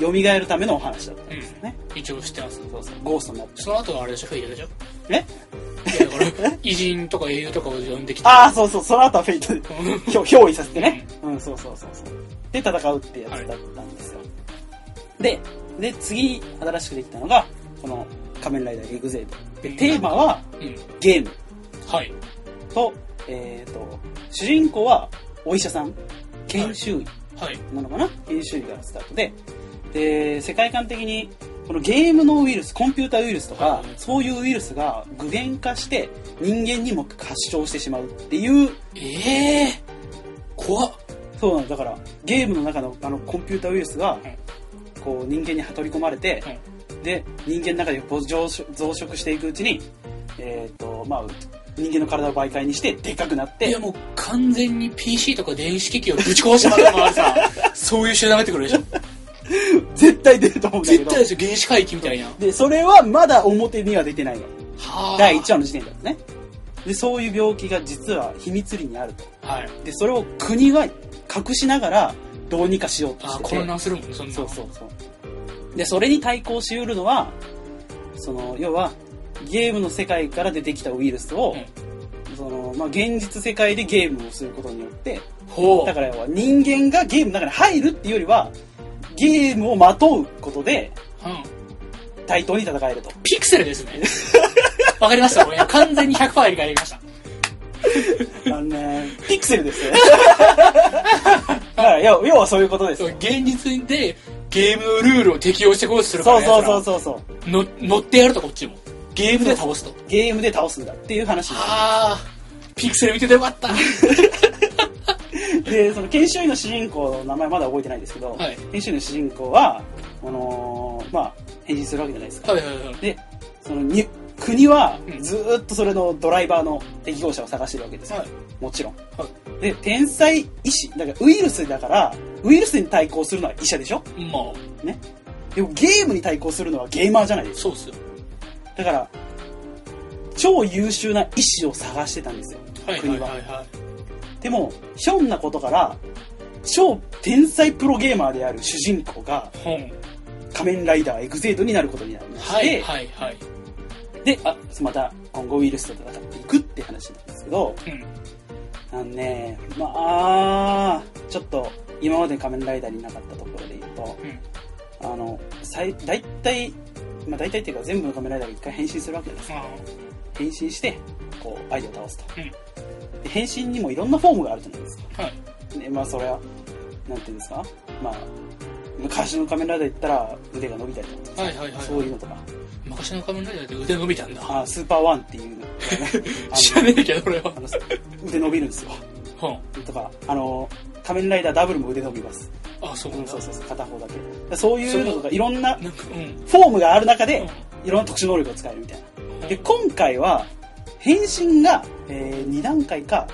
S1: 蘇るためのお話だったんですよね、
S2: 一応知ってます
S1: そうそうゴーストになって
S2: その後はあれでしょフェイトでしょ
S1: え
S2: いやだから偉人とか英雄とかを呼んできて
S1: ああそうそうその後はフェイトで
S2: うん
S1: (laughs) ひょ憑依させてねうんそうそうそうそうで戦うってやつだったんですよ、でで次新しくできたのがこの「仮面ライダーエグゼイド」でテーマは
S2: うん
S1: ゲーム
S2: はい
S1: と,、えー、と主人公はお医者さん研修医、
S2: はい
S1: なのかな研修医がスタートで、で、世界観的に、このゲームのウイルス、コンピューターウイルスとか、
S2: はい
S1: そういうウイルスが具現化して、人間にも発症してしまうっていう、
S2: ええ怖っ
S1: そうなの、だから、ゲームの中のあのコンピューターウイルスが
S2: はい、
S1: こう人間に取り込まれて、
S2: はい
S1: で、人間の中でこう増殖増殖していくうちに、えっ、と、まあ、人間の体を媒介にして、でかくなっ
S2: い
S1: て
S2: や、もう完全に PC とか電子機器をぶち壊してまったからさ
S1: (laughs)
S2: そういう集団が出てくるでしょ
S1: 絶対出ると思うんだけ
S2: 絶
S1: ど
S2: 対、ですよ原始回帰みたいなは
S1: で、それはまだ表には出てないの。
S2: あ
S1: 第1話の時点だとね。で、そういう病気が実は秘密裏にあると。
S2: はい
S1: で、それを国が隠しながらどうにかしようと
S2: あ
S1: し
S2: ー
S1: てて。
S2: 混乱するもんねそんな
S1: そうそうそう。で、それに対抗しうるのは、その、要は、ゲームの世界から出てきたウイルスを、その、まあ、現実世界でゲームをすることによって、
S2: ほう
S1: だから要は人間がゲームの中に入るっていうよりは、ゲームをまとうことで
S2: うん
S1: 対等に戦えると。
S2: ピクセルですね (laughs) わかりました俺完全に100%理解できました
S1: あのね、 (laughs) ピクセルですよ。だから要要はそういうことです
S2: そ
S1: よ。
S2: う現実でゲームのルールを適用してこうとするか
S1: そ
S2: ら
S1: うそうそう
S2: う
S1: そうそう。
S2: の乗ってやるとこっちもゲームで倒すと
S1: ゲームで倒すんだっていう話
S2: ああピクセル見ててよ
S1: (laughs)
S2: かった
S1: で、その研修医の主人公の名前まだ覚えてないんですけど、
S2: はい
S1: 研修医の主人公は、あのーまあ、変身するわけじゃないですか。
S2: はいはいはい。
S1: で、そのに国は
S2: うん
S1: ずーっとそれのドライバーの適合者を探してるわけですよ。
S2: はい。
S1: もちろん。
S2: は
S1: で、天才医師、だからウイルスだから、ウイルスに対抗するのは医者でしょ
S2: まあ、
S1: でもゲームに対抗するのはゲーマーじゃないです
S2: そうっすよ。
S1: か。だから、超優秀な医師を探してたんですよ。
S2: はいはい
S1: 国
S2: は
S1: はい
S2: は
S1: でも、ひょんなことから、超天才プロゲーマーである主人公が
S2: い。本。
S1: 仮面ライダーエグゼイドになることになりまして、
S2: はいはいはい。
S1: で、あ、また今後ウイルスと戦っていくって話なんですけど、あ
S2: うん。
S1: のね、まあ、ちょっと今まで仮面ライダーになかったところで言うと、
S2: うん。
S1: あの、最、大体、まあ大体っていうか全部の仮面ライダーが一回変身するわけです。
S2: あ
S1: 変身して、こう、相手を倒すと。
S2: うん
S1: で変身にもいろんなフォームがあるじゃないですか。
S2: あはい。
S1: ね、まあそれは、なんていうんですかまあ、昔の仮面ライダー言ったら腕が伸びたりとか、
S2: はいはいはい。
S1: そういうのとか、
S2: 昔の仮面ライダーで腕伸びたんだ。
S1: あスーパーワンっていうの
S2: (laughs)
S1: がね
S2: 知らねえけど、俺は
S1: あ。の、あの腕伸びるんですよ。
S2: 本。
S1: とか、あの、仮面ライダーダブルも腕伸びます。
S2: あ、そう
S1: うん、
S2: だ
S1: そうそうそう、片方だけ。でそういうのとか、いろんな
S2: なんか、うん。
S1: フォームがある中
S2: う
S1: で
S2: ん、
S1: いろんな特殊能力を使えるみたいな。で、
S2: うん
S1: 今回は、変身が、え2段階か、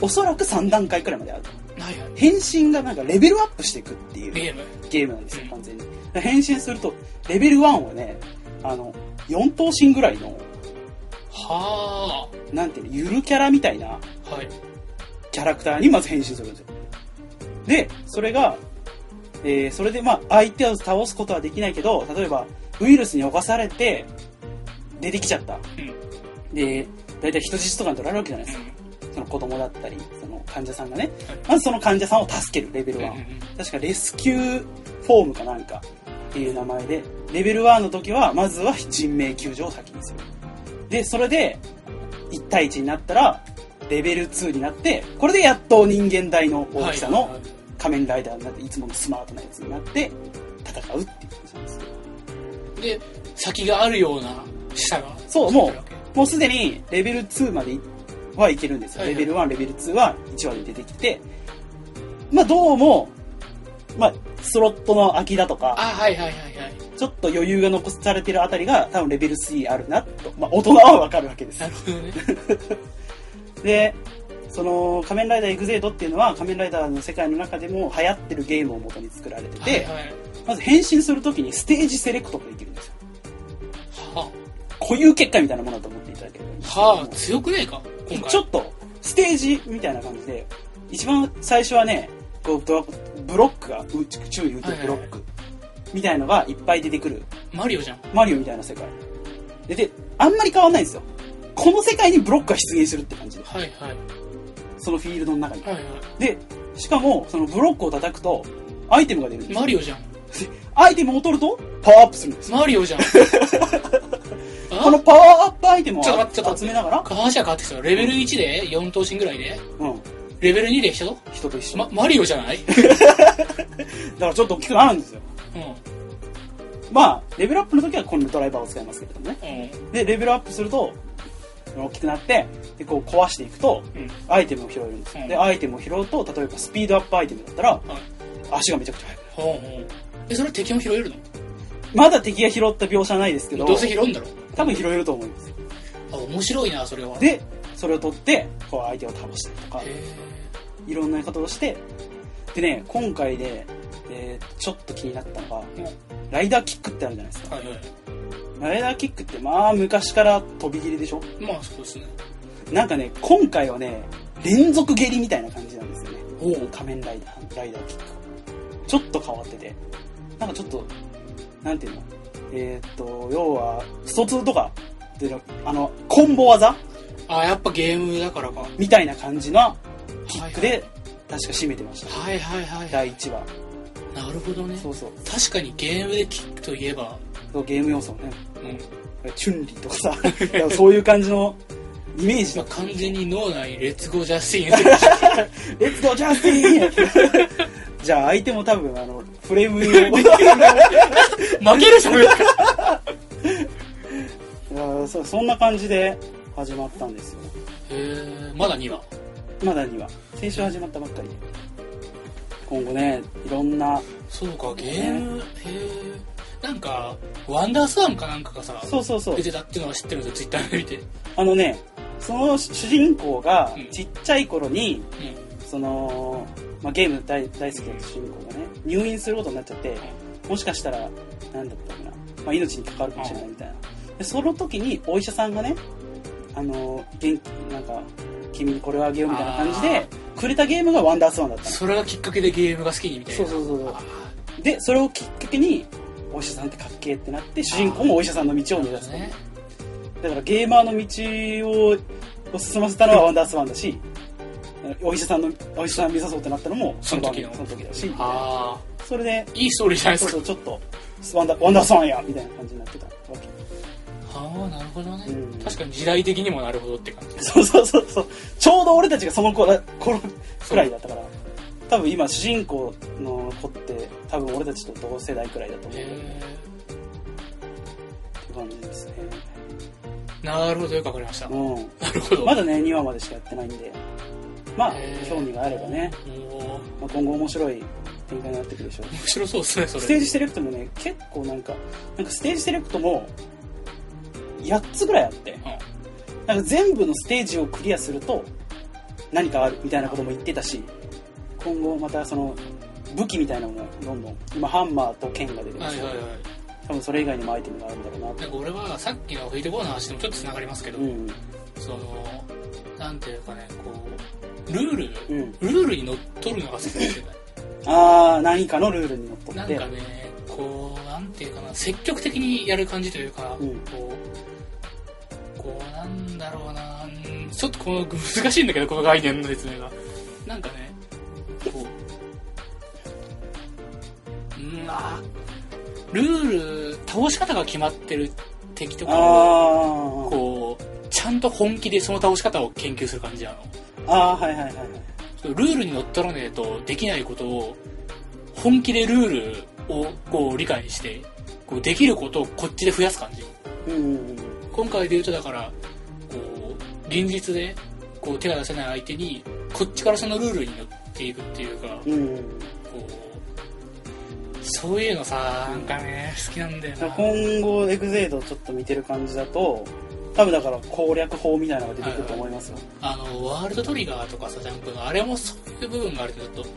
S1: おそらく3段階くらいまである。
S2: はいはい。
S1: 変身がなんかレベルアップしていくっていう
S2: ゲーム。
S1: ゲームなんです
S2: うん
S1: よ、完全に。で変身すると、レベル1はね、あの、4頭身ぐらいの、
S2: は
S1: なんていうの、ゆるキャラみたいな
S2: あ。はい。
S1: キャラクターにまず変身するんですよ。で、それが、えーそれでまあ相手を倒すことはできないけど、例えばウイルスに侵されて出てきちゃった。
S2: うん。
S1: で、大体人質とかに取られるわけじゃないですか。
S2: う
S1: その子供だったり、その患者さんがね。まずその患者さんを助ける、レベル
S2: ん。
S1: 1
S2: う。ん
S1: 確かレスキューフォームかなんかっていう名前で、レベル1の時は、まずは人命救助を先にする。で、それで、1対1になったら、レベル2になって、これでやっと人間大の
S2: うん
S1: 大きさ
S2: は
S1: の
S2: いはいはい
S1: 仮面ライダーになって、いつものスマートなやつになって、戦うっていう感じなんですよ。
S2: で、先があるような下が。
S1: そうもう
S2: 立ってるわ
S1: もうすでにレベル2まではいけるんですよ。
S2: は
S1: レ
S2: いは
S1: ベ
S2: い
S1: ル1、レベル2は1話で出てきて、まあどうも、まあスロットの空きだとか
S2: け、あ、はいはいはいはい。
S1: ちょっと余裕が残されてるあたりが多分レベル3あるなと。まあ、大人はわかるわけです
S2: な。るほど
S1: (laughs)
S2: ね。
S1: で、その仮面ライダーエグゼイドっていうのは仮面ライダーの世界の中でも流行ってるゲームを元に作られてて、
S2: はいはい。
S1: まず変身するときにステージセレクトができるんですよ。
S2: は
S1: 固有結果みたいなものだと思っていただければいいんですけ
S2: あ。
S1: ども
S2: はあ、強くねえか今回。
S1: ちょっとステージみたいな感じで、一番最初はね、こうドブロックが、う宙に浮いてるブロックみたいのがいっぱい出てくる
S2: マリオじゃん。
S1: マリオみたいな世界。で、で、あんまり変わんないんですよ。この世界にブロックが出現するって感じで、
S2: はいはい。
S1: そのフィールドの中に。
S2: はいは
S1: で、しかも、そのブロックを叩くと、アイテムが出るん
S2: い。
S1: です
S2: マリオじゃん。
S1: アイテムを取ると、パワーアップするんですよ。
S2: マリオじゃん。あ
S1: (laughs) このパワーアップアイテムを
S2: ちょっと待ってちょっと待
S1: 集めながら、
S2: 話は変わってきたよレベル1で4頭身ぐらいで、
S1: うん、
S2: レベル2で人と、
S1: 人と一緒。
S2: ま、マリオじゃ
S1: (laughs)
S2: ない
S1: だからちょっと大きくなるんですよ。
S2: うん。
S1: まあ、レベルアップの時はこのドライバーを使いますけれどもね。
S2: うん。
S1: で、レベルアップすると、大きくなって、で、こう壊していくと、
S2: うん。
S1: アイテムを拾えるんですよ。で、アイテムを拾うと、例えばスピードアップアイテムだったら、
S2: はい。
S1: 足がめちゃくちゃ速くなる。
S2: ほうほう。え、それ敵も拾える
S1: まだ敵が拾った描写はないですけ
S2: の
S1: ど、
S2: どうせ拾うんだろ
S1: 多分拾えると思います。
S2: あ、面白いな、それは。へ
S1: で、それを取って、こう相手を倒したりとか、
S2: え。
S1: いろんなことをして、でね、今回で、えーちょっと気になったのが、ライダーキックってあるじゃないですか。
S2: はいはい。
S1: ライダーキックって、まあ、昔から飛び切りでしょ
S2: まあ、そうですね。
S1: なんかね、今回はね、連続蹴りみたいな感じなんですよね。
S2: おう。
S1: 仮面ライダー、ライダーキック。ちょっと変わってて、なんかちょっと、なんていうのえーっと、要は、スト2とか、っていうのあの、コンボ技
S2: あ、やっぱゲームだからか。
S1: みたいな感じのキック
S2: はい
S1: で、確か締めてました。
S2: はいはいはい。
S1: 第1話。
S2: なるほどね。
S1: そうそう。
S2: 確かにゲームでキックといえば、
S1: そうゲーム要素もね。
S2: うん。
S1: チュンリーとかさ、 (laughs) いやそういう感じのイメージ
S2: まあ
S1: の。
S2: 完全に脳内レッツゴージャスティン。
S1: レッツゴージャスティン (laughs) じゃあ相手も多分、あの、フレームを (laughs)
S2: (laughs) 負けるじゃん。
S1: いやそうそんな感じで始まったんですよ。
S2: え、まだ2話。
S1: まだには。先週始まったばっかりで。今後ね、いろんな、
S2: そうか、ゲーム、へえ。なんか、ワンダースワンかなんかがさ、
S1: そうそうそう
S2: 出てたっていうのは知ってるんですよ、ツイッターで見て。
S1: あのねその主人公が
S2: うん
S1: ちっちゃい頃に
S2: う
S1: その、まあ、ゲーム大大好きだった主人公がね入院することになっちゃってもしかしたらなんだったかな、まあ、命に関わるかもしれないみたいなでその時にお医者さんがねあの元気なんか君にこれをあげようみたいな感じでくれたゲームがワンダースワンだった
S2: ん。
S1: の
S2: それがきっかけでゲームが好きにみたいな。
S1: そうそうそうそう
S2: あ
S1: でそれをきっかけにお医者さんってかっけえってなって主人公もお医者さんの道を目
S2: ーそう
S1: 指
S2: ですす
S1: と
S2: ね。
S1: だからゲーマーの道を進ませたのはワンダースワンだしお医者さんのお医者さん目指そうってなったのも
S2: その時の
S1: その時だし
S2: あ
S1: それで
S2: あ、いいストーリーじゃないで
S1: そう
S2: す
S1: そ
S2: か。
S1: うちょっとワンダワンダースワンやみたいな感じになってたわけ
S2: ああ、なるほどね
S1: うん。
S2: 確かに時代的にもなるほどって感じ。
S1: そうそうそうそうちょうど俺たちがその頃頃くらいだったから多分今主人公の子って多分俺たちと同世代くらいだと思うって
S2: へ
S1: 感じですね
S2: ーなるほど、よくわかりました。
S1: うん
S2: なるほど。
S1: まだね、2話までしかやってないんで、まあ
S2: へ、ー
S1: 興味があればね、
S2: おー
S1: まあ、今後面白い展開になってくるでしょう。
S2: 面白そうですね、それ。
S1: ステージセレクトもね、結構なんか、なんかステージセレクトも、8つぐらいあって、なんか全部のステージをクリアすると、何かあるみたいなことも言ってたし、今後またその、武器みたいなのもどんどん、今ハンマーと剣が出て
S2: うん。
S1: ま
S2: はい
S1: す
S2: はいはい。
S1: 多分それ以外にもアイテムがあるんだろうな
S2: な
S1: と。
S2: んか俺はさっきのフィードボーの話でもちょっと繋がりますけど
S1: う、ん、
S2: その、なんていうかね、こう、ルール、
S1: うん。
S2: ルールにのっとるのが好きなんですよね。
S1: あー、何かのルールにのっと
S2: な
S1: っ
S2: ん
S1: て、
S2: かね、こう、なんていうかな、積極的にやる感じというか、
S1: うん
S2: こう、こう、なんだろうな、うんちょっとこの難しいんだけど、この概念の説明が。なんかね、こう、うん、あルール、倒し方が決まってる敵と
S1: あ
S2: かを、
S1: ー、
S2: こう、ちゃんと本気でその倒し方を研究する感じなの。
S1: あー、はいはいはいはい。
S2: ルールにのっとらねえとできないことを本気でルールをこう理解してこうできることをこっちで増やす感じ
S1: うんうんうん
S2: 今回で言うとだからこう現実でこう手が出せない相手にこっちからそのルールに乗っていくっていうかこ
S1: うんうん、
S2: うそういうのさなんかね好きなんだよな
S1: 今後エグゼイドをちょっと見てる感じだと多分だから攻略法みたいなのが出てくると思いますよ、
S2: あのワールドトリガーとかさジャンプのあれもそういう部分があるけどちょっと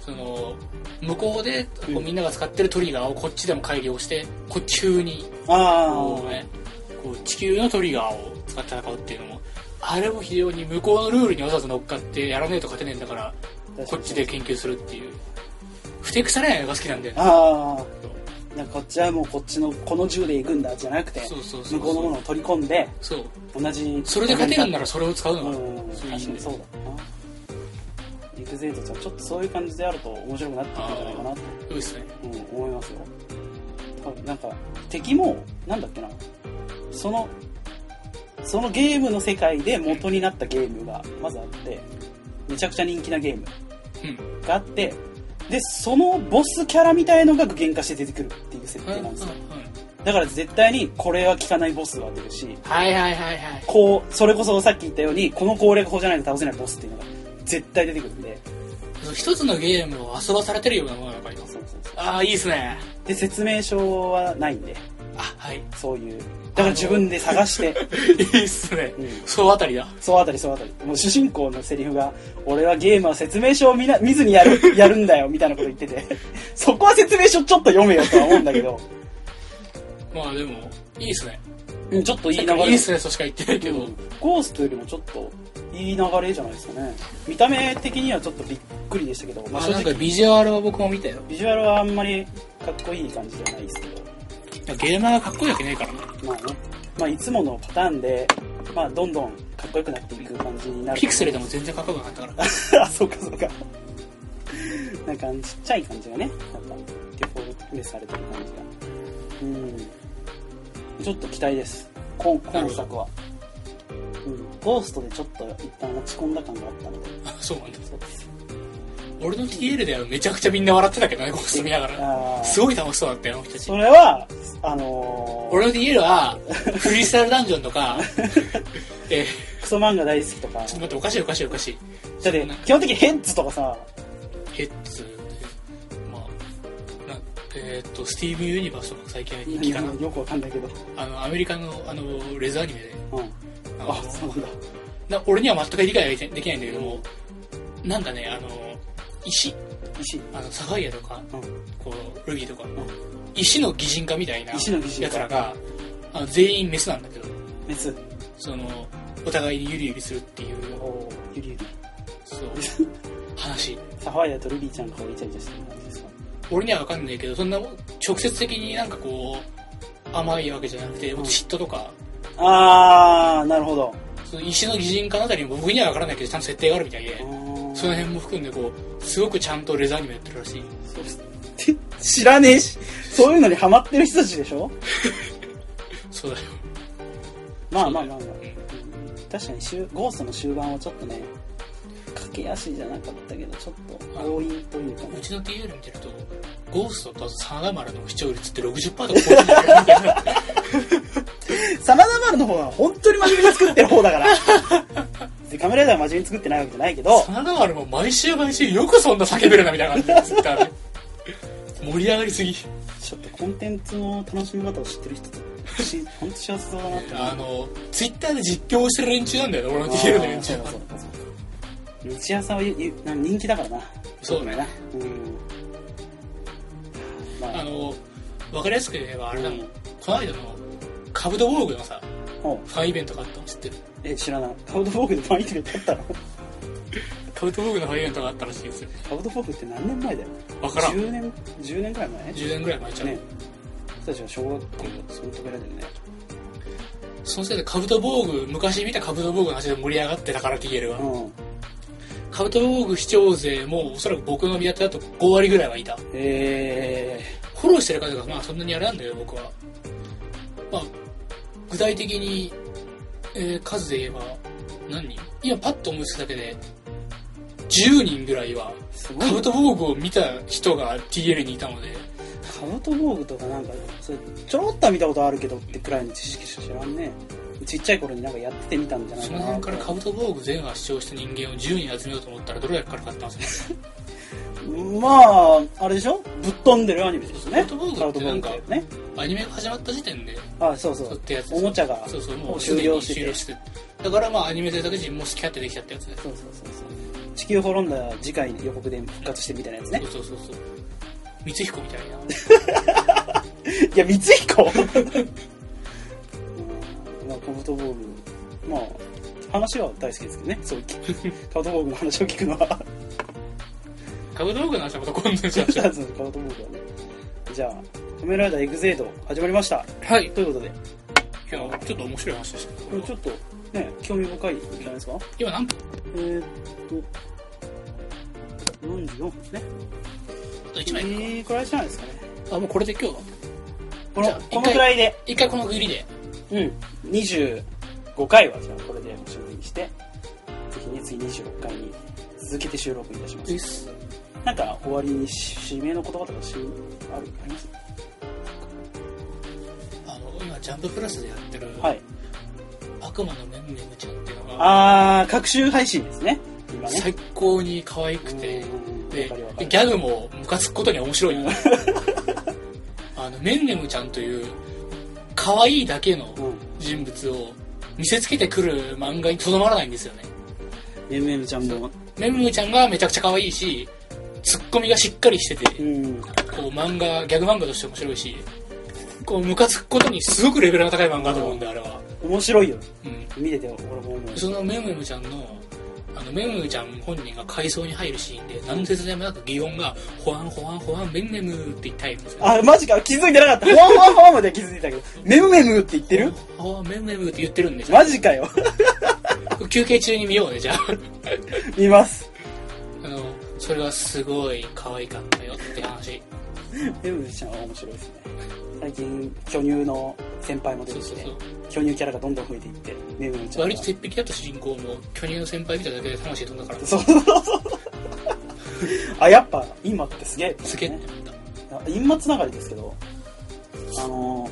S2: その向こうでこう
S1: うん
S2: みんなが使ってるトリガーをこっちでも改良してこう地球にこう、
S1: あ
S2: ね、こう地球のトリガーを使って戦うっていうのもあれも非常に向こうのルールにわざわざ乗っかってやらねえと勝てねえんだから
S1: あ
S2: こっちで研究するっていう不適されないのが好きなんだよね
S1: ああこっちはもうこっちのこの銃で行くんだじゃなくて
S2: そうそうそう
S1: 向こうのものを取り込んで
S2: そう
S1: 同じ
S2: それで勝てるんな
S1: ら
S2: らそれを使う
S1: う
S2: のが
S1: ん
S2: そ
S1: 確か
S2: ういう意味
S1: に
S2: で
S1: そうだなエグゼイドちゃんちょっとそういう感じであると面白くなってくるんじゃないかなと
S2: そうですね
S1: うん、思いますよ多分なんか敵もなんだっけなそのそのゲームの世界で元になったゲームがまずあってめちゃくちゃ人気なゲーム
S2: うん
S1: があってでそのボスキャラみたいのが具現化して出てくるっていう設
S2: うんう
S1: 定
S2: んう
S1: なん
S2: ん
S1: ですよだから絶対にこれは効かないボスが出るし
S2: はいはいはいはい
S1: こうそれこそさっき言ったようにこの攻略法じゃないと倒せないボスっていうのが絶対出てくるんで
S2: 一つのゲームを遊ばされてるようなものがあります
S1: そうそうそ
S2: ああいいですね
S1: うで説明書はないんで
S2: あはい
S1: そういうだから自分で探して
S2: いいっすね、
S1: うん
S2: そうあたりだ
S1: そうあたりそうあたり。もう主人公のセリフが、俺はゲームは説明書を見な見ずにやるやるんだよ、みたいなこと言ってて。 (laughs) そこは説明書ちょっと読めよとは思うんだけど、
S2: まあでもいいっすね
S1: うんちょっといい
S2: い
S1: 流
S2: い
S1: れ。
S2: っすねとしか言ってないけど、
S1: うんゴーストよりもちょっといい流れじゃないですかね。見た目的にはちょっとびっくりでしたけど、ま
S2: ま
S1: あ
S2: あ
S1: 正
S2: なんか
S1: 直、
S2: ビジュアルは僕も見たよ
S1: ビジュアルはあんまりかっこいい感じじゃないですけど。
S2: いやゲーマーがかっこいいわけねえからな
S1: まあね。まあいつものパターンで、まあどんどんかっこよくなっていく感じになる。
S2: ピクセルでも全然かっこよくなかったか
S1: (laughs)
S2: ら
S1: あ、そうかそうか。なんかあのちっちゃい感じがね、なんかデフォルメされてる感じが。うん。ちょっと期待です。今今作は。うん。ゴーストでちょっと一旦落ち込んだ感があったので。
S2: あ (laughs) そうなんだ
S1: そうです。
S2: 俺の TL ではめちゃくちゃみんな笑ってたけどねこう見なが (laughs) ら
S1: あ
S2: すごい楽しそうだったよあの人たち
S1: それは、あのー、
S2: 俺の TL はフリースタイルダンジョンと (laughs) かえ
S1: クソ漫画大好きとか。だ
S2: ちょっと待っておかしいおかしいおかしい
S1: って、基本的にヘッズとかさ、
S2: ヘッズまあなえーっと、スティーブン・ユニバースとか最近人気かな。
S1: よくわかんないけど。
S2: あの、アメリカの、あの、レズアニメで。
S1: うん。
S2: あの
S1: あ、そうなんだ。
S2: な俺には全く理解ができないんだけども、なんかね、あの、石
S1: 石。
S2: あの、サファイアとか、
S1: うん。
S2: こう、ルギーとか、石の擬人化みたいな
S1: 石の擬人化
S2: やつらが、あの全員メスなんだけど、
S1: メス。
S2: その、お互いにゆりゆりするっていう、
S1: おおゆりゆり。
S2: そう、話。
S1: サファイアとルビーちゃんがこうイチャイチャしてる感じですか。
S2: 俺にはわかんないけど、そんな、直接的になんかこう、甘いわけじゃなくて、もっと嫉妬とか、
S1: あー、なるほど。
S2: その石の擬人化のあたりも僕にはわからないけど、ちゃんと設定があるみたいで、その辺も含んで、こう、すごくちゃんとレザーアニメやってるらしい。
S1: 知らねえし、 (laughs) そういうのにハマってる人たちでしょ
S2: そうだよ。
S1: まあまあまあまあ
S2: うん。
S1: 確かに終、ゴーストの終盤はちょっとね、駆け足じゃなかったけど、ちょっと強引というかね
S2: う。ちの TL 見てると、ゴーストと真田丸の視聴率って60%とか超えてるみたいな。
S1: サナダマルの方は本当に真面目に作ってる方だ (laughs) から。で、カメライダーは真面目に作ってないわけじゃないけど、
S2: 真田丸も毎週毎週よくそんな叫べるなみたいな感じでツイッターで。盛り上がりすぎ。
S1: ちょっとコンテンツの楽しみ方を知ってる人と、し本当幸せそうだなって思う
S2: あの、ツイッターで実況をしてる連中なんだよね、俺の TL の連中は。
S1: 日朝はゆゆなんか人気だからな。
S2: そうだね。
S1: うん。ま
S2: あ
S1: あ、
S2: の、わかりやすく言えばあれだもん。
S1: うん
S2: この間の、カブドウォーグのさ、
S1: お
S2: ファンイベントがあったの知ってる
S1: え、知らない。カウドフォークでファンイベントあったの
S2: カブドウォーグのファンイベントがあったらしいんですよ。
S1: カウドフォークって何年前だよ
S2: わからん。
S1: ?10 年、10年くらい前
S2: 10年ぐらい前じゃん。
S1: ね。私たちは小学校のその時ぐらいだよね。
S2: そのせいでカブト防具、昔見たカブト防具の話で盛り上がってたから TL は。
S1: うん。
S2: カブト防具視聴勢もおそらく僕の見立てだと5割ぐらいはいた。
S1: え
S2: フォローしてる数がまあそんなにあれなんだけど僕は。まあ、具体的に、えー数で言えば何人今パッと思いつくだけで、10人ぐらいは
S1: ー、すご
S2: カ
S1: い
S2: ブ。ト防具を見た人が TL にいたので、
S1: カブト防具とかなんか、それちょろっとは見たことあるけどってくらいの知識しか知らんね。ちっちゃい頃になんかやっててみたんじゃない
S2: そ
S1: か
S2: の
S1: な。
S2: 辺からカブト防具全話視聴した人間を10人集めようと思ったらどれだけかかったんですか
S1: まあ、あれでしょぶっ飛んでるアニメですね。
S2: カブト防具ってなんか
S1: カブト防具ってね。
S2: アニメが始まった時点で、
S1: あ、そうそ
S2: そうっ
S1: う。
S2: てやつ
S1: おもちゃが
S2: そうそうも
S1: も
S2: う
S1: う
S2: 終
S1: 終
S2: 了
S1: 了
S2: し
S1: してて
S2: て
S1: て
S2: だからまあアニメ制作人も好き勝手できちゃったやつです
S1: そうそうそうそう。地球滅んだ次回の予告で復活してみたいなやつね。
S2: そうそうそうそう光彦みたいな
S1: いや、光彦うんまあ、カブトボール、まあ、話は大好きですけどね、そういう、カブトボールの話を聞くのは。
S2: カブ道具の話はまた今度に
S1: (laughs)
S2: しましょ
S1: カブトボールはね。じゃあ、仮面ライダーエグゼイド始まりました。
S2: うはいい
S1: ということで、
S2: やちょっと面白い話でした
S1: これちょっと、ね、興味深いんじゃないですか
S2: 今何分
S1: えー、っと、44分ですね。
S2: あと1枚
S1: いいくらいじゃないですかね。
S2: あもうこれで今日
S1: こ
S2: じ
S1: の
S2: ゃあ、
S1: このくらいで。
S2: 一回このグリで
S1: うん、25回はじゃあこれでおしまいにして、ぜひね、次26回に続けて収録いたします。
S2: す
S1: なんか終わりにし指名の言葉とかしあるあります
S2: あの今ジャンププラスでやってる、
S1: はい。
S2: 悪魔のメムメムちゃんっていうのが
S1: あー、各週配信ですね。今ね。
S2: 最高に可愛くて
S1: うん
S2: で
S1: わかるわかる
S2: ギャグもムカつくことには面
S1: (laughs)
S2: 白いあのメンネムちゃんという可愛いだけの
S1: うん。
S2: 人物を見せつけてくる漫画にとどまらないんですよね。
S1: めむめむちゃんも。
S2: めむむちゃんがめちゃくちゃ可愛いし、ツッコミがしっかりしてて
S1: う、ん。
S2: こう漫画、ギャグ漫画として面白いし、こうムカつくことにすごくレベルが高い漫画だと思うんだよ、あれは。
S1: 面白いよ。
S2: うん。
S1: 見てて、俺も思う。
S2: そのめむむちゃんの、あの、めむむちゃん本人が階層に入るシーンで、何の説明もなく擬音が、ほわんほわんほわんめんめむって言ったりとか、
S1: あ、マジか。気づいてなかった。ほわんほわんほわんまでは気づいてたけど。めむめむって言ってる
S2: ほわんめんめむって言ってるんですよ。
S1: マジか (laughs) よ。
S2: 休憩中に見ようね、じゃあ。 (laughs)
S1: 見ます。
S2: あの、それはすごい可愛かったよって話。
S1: めむめむちゃんは面白いですね。最近、巨乳の先輩も出
S2: そ
S1: てき
S2: うそう
S1: て
S2: そ。
S1: 巨
S2: う。
S1: 乳キャラがどんどん増えていって、めぐみちゃんが。
S2: 割と鉄壁だった主人公も、巨乳の先輩見ただけで魂飛んだから、
S1: そう (laughs) そうそう。あ、やっぱ、今ってすげえ、
S2: すげえっ
S1: ね
S2: て。思
S1: あ
S2: っ
S1: 今つながりですけど、あの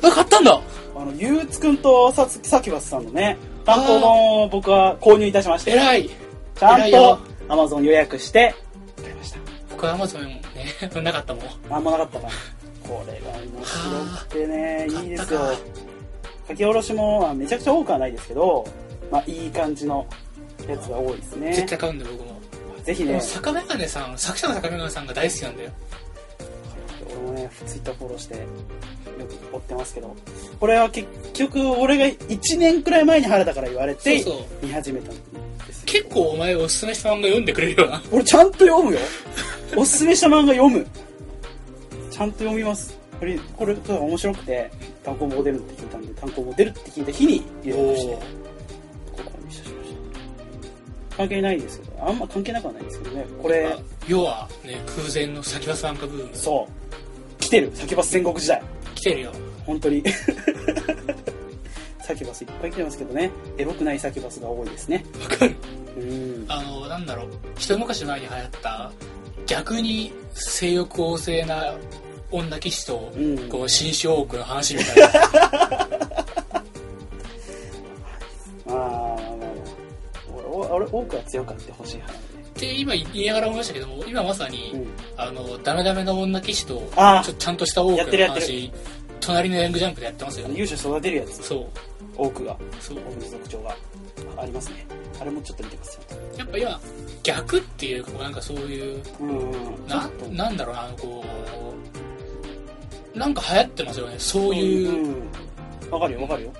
S2: た。あ、買ったんだ
S1: ー、あの、ゆうつくんとさつ、さきばすさんのね、担当本を僕は購入いたしまして、
S2: 偉い
S1: ちゃ
S2: 偉
S1: ん
S2: いよ
S1: と Amazon 予約して、買いました。
S2: 僕は Amazon もね、 (laughs) なかったもん。
S1: あんまなかったかな。これが面白くてね、
S2: はあ
S1: いいです
S2: よ
S1: よ
S2: かっ。
S1: 書き下ろしもあめちゃくちゃ多くはないですけど、まあいい感じのやつが多いです
S2: 絶
S1: ね。
S2: 対買うんだよ、僕も。
S1: ぜひ
S2: でも
S1: ね、
S2: 坂眼鏡さん、作者の坂眼鏡さんが大好きなんだよ。
S1: 俺もね、ツイッターフォローして、よく追ってますけど、これは結局俺が1年くらい前に原田から言われ
S2: そう
S1: て、
S2: そう。
S1: 見始めたんですよ
S2: 結構お前おすすめした漫画読んでくれるよな。
S1: 俺ちゃんと読むよおすすめした漫画読むちゃんと読みますこれこれが面白くて単行本出るって聞いたんで単行本出るって聞いた日に予約してここにしたしました関係ないですけどあんま関係なくはないですけどねこれ
S2: まあ要は、ね、空前の先バス漫画ブーム。
S1: そう来てる先バス戦国時代
S2: 来てるよ。
S1: 本当に (laughs) 先バスいっぱい来てますけどねエロくない先バスが多いですね
S2: わかる。
S1: うん
S2: あの、なんだろう。一昔前に流行った、逆に性欲旺盛な女騎士と、
S1: うん
S2: こう、新種多くの話
S1: (laughs)
S2: みたいな。
S1: まあまあまあ俺俺多くは強くあってほしい派なんで
S2: って今言いながら思いましたけども、今まさに、
S1: うん
S2: あの、ダメダメの女騎士と、
S1: ああ
S2: ちょちゃんとした多
S1: やっ
S2: く
S1: てる
S2: の
S1: やってる
S2: 話、隣のヤングジャンプでやってますよ。
S1: 勇者育てるやつ
S2: そう。
S1: 多くが
S2: そう。
S1: 多くの特徴がありますねあれもちょっと見てますよ
S2: やっぱ今、逆っていうか、こうなんかそういう、
S1: うん
S2: な
S1: ちょっと、
S2: なんだろうな、こう、なんか流行ってますよね。そういう、
S1: うんわかるよわかるよ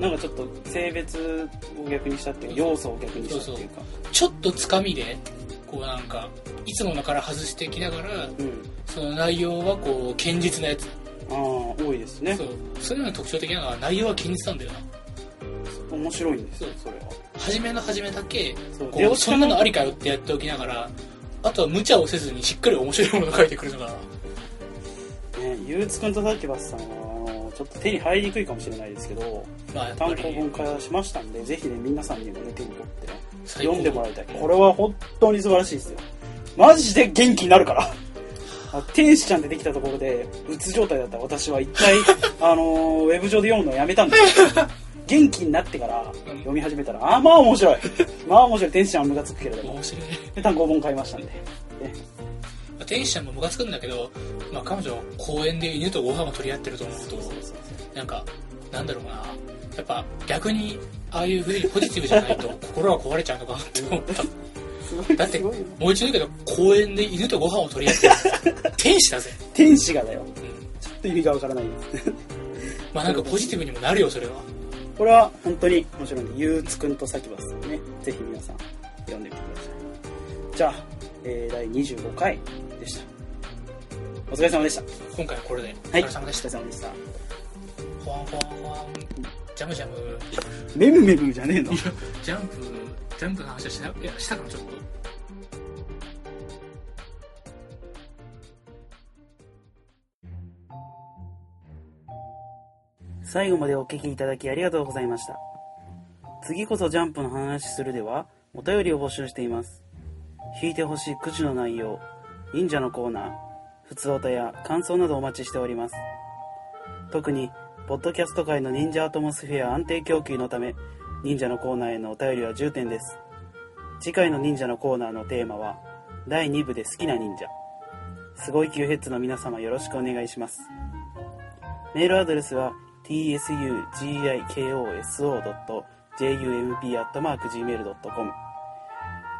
S1: なんかちょっと性別を逆にしたっていうか要素を逆にしたっていうか
S2: ちょっとつかみで、こうなんか、いつものから外してきながら、
S1: うん
S2: その内容はこう、堅実なやつ。
S1: ああ多いですね
S2: そう。そういうのが特徴的なのは、内容は堅実なんだよな。
S1: 面白いんですよ
S2: そ
S1: それは
S2: 初めの初めだけ、
S1: そう
S2: こうそんなのありかよってやっておきながら、あとは無茶をせずにしっかり面白いものを書いてくるのが、
S1: ねゆうつくんとさっきばスさんはあのちょっと手に入りにくいかもしれないですけど
S2: まあやっぱ
S1: 単
S2: り
S1: 行本化しましたんでぜひね皆さんにもね手に取ってね
S2: 最高
S1: 読んでもらいたい。これは本当に素晴らしいですよ。マジで元気になるから。あ天使ちゃん出てきたところで、うつ状態だった私は一
S2: (laughs)
S1: 回、あのーウェブ上で読むのをやめたんですよ。元気になってから読み始めたら、あーまあ面白い。まあ面白い。天使ちゃんはムカつくけれども。
S2: 面白いね。
S1: で、単行本買いましたんで。ね
S2: まあ天使ちゃんもムカつくんだけど、まあ、彼女公園で犬とご飯を取り合ってると思うとなんかなんだろうなやっぱ逆にああいうふうにポジティブじゃないと心が壊れちゃうのかなって思った
S1: すごい
S2: だって
S1: すごいよ
S2: もう一度言うけど公園で犬とご飯を取り合ってる天使だぜ、
S1: 天使がだよ。
S2: うん、
S1: ちょっと意味がわからないです。
S2: まあなんかポジティブにもなるよそれは
S1: これは本当に面白いんで、ゆうつくんとさきばすさんね、ぜひ皆さん読んでみてください。じゃあ、えー、第25回でした。お疲れ様でした。
S2: 今回はこれでお
S1: はい、
S2: 疲れ様でした、
S1: お疲れ様でした。
S2: ほわんほわんほわんジャムジャム
S1: メムメムじゃねえの
S2: ジャンプジャンプの話はしないやしたかなちょっと
S1: 最後までお聞きいただきありがとうございました。次こそジャンプの話するでは、お便りを募集しています。引いてほしいくじの内容、忍者のコーナー、普通おたや感想などお待ちしております。特に、ポッドキャスト界の忍者アトモスフェア安定供給のため、忍者のコーナーへのお便りは重点です。次回の忍者のコーナーのテーマは、第2部で好きな忍者。すごい Q ヘッズの皆様よろしくお願いします。メールアドレスは tsugikoso.jump.gmail.com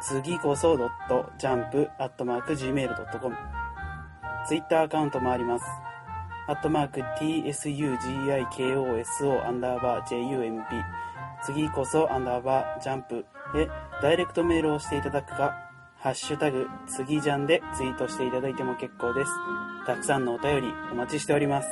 S1: 次こそ .jump.gmail.com ツイッターアカウントもあります。アットマーク tsugikoso アンダーバー jump 次こそアンダーバージャンプでダイレクトメールをしていただくか、ハッシュタグ次ジャンでツイートしていただいても結構です。たくさんのお便りお待ちしております。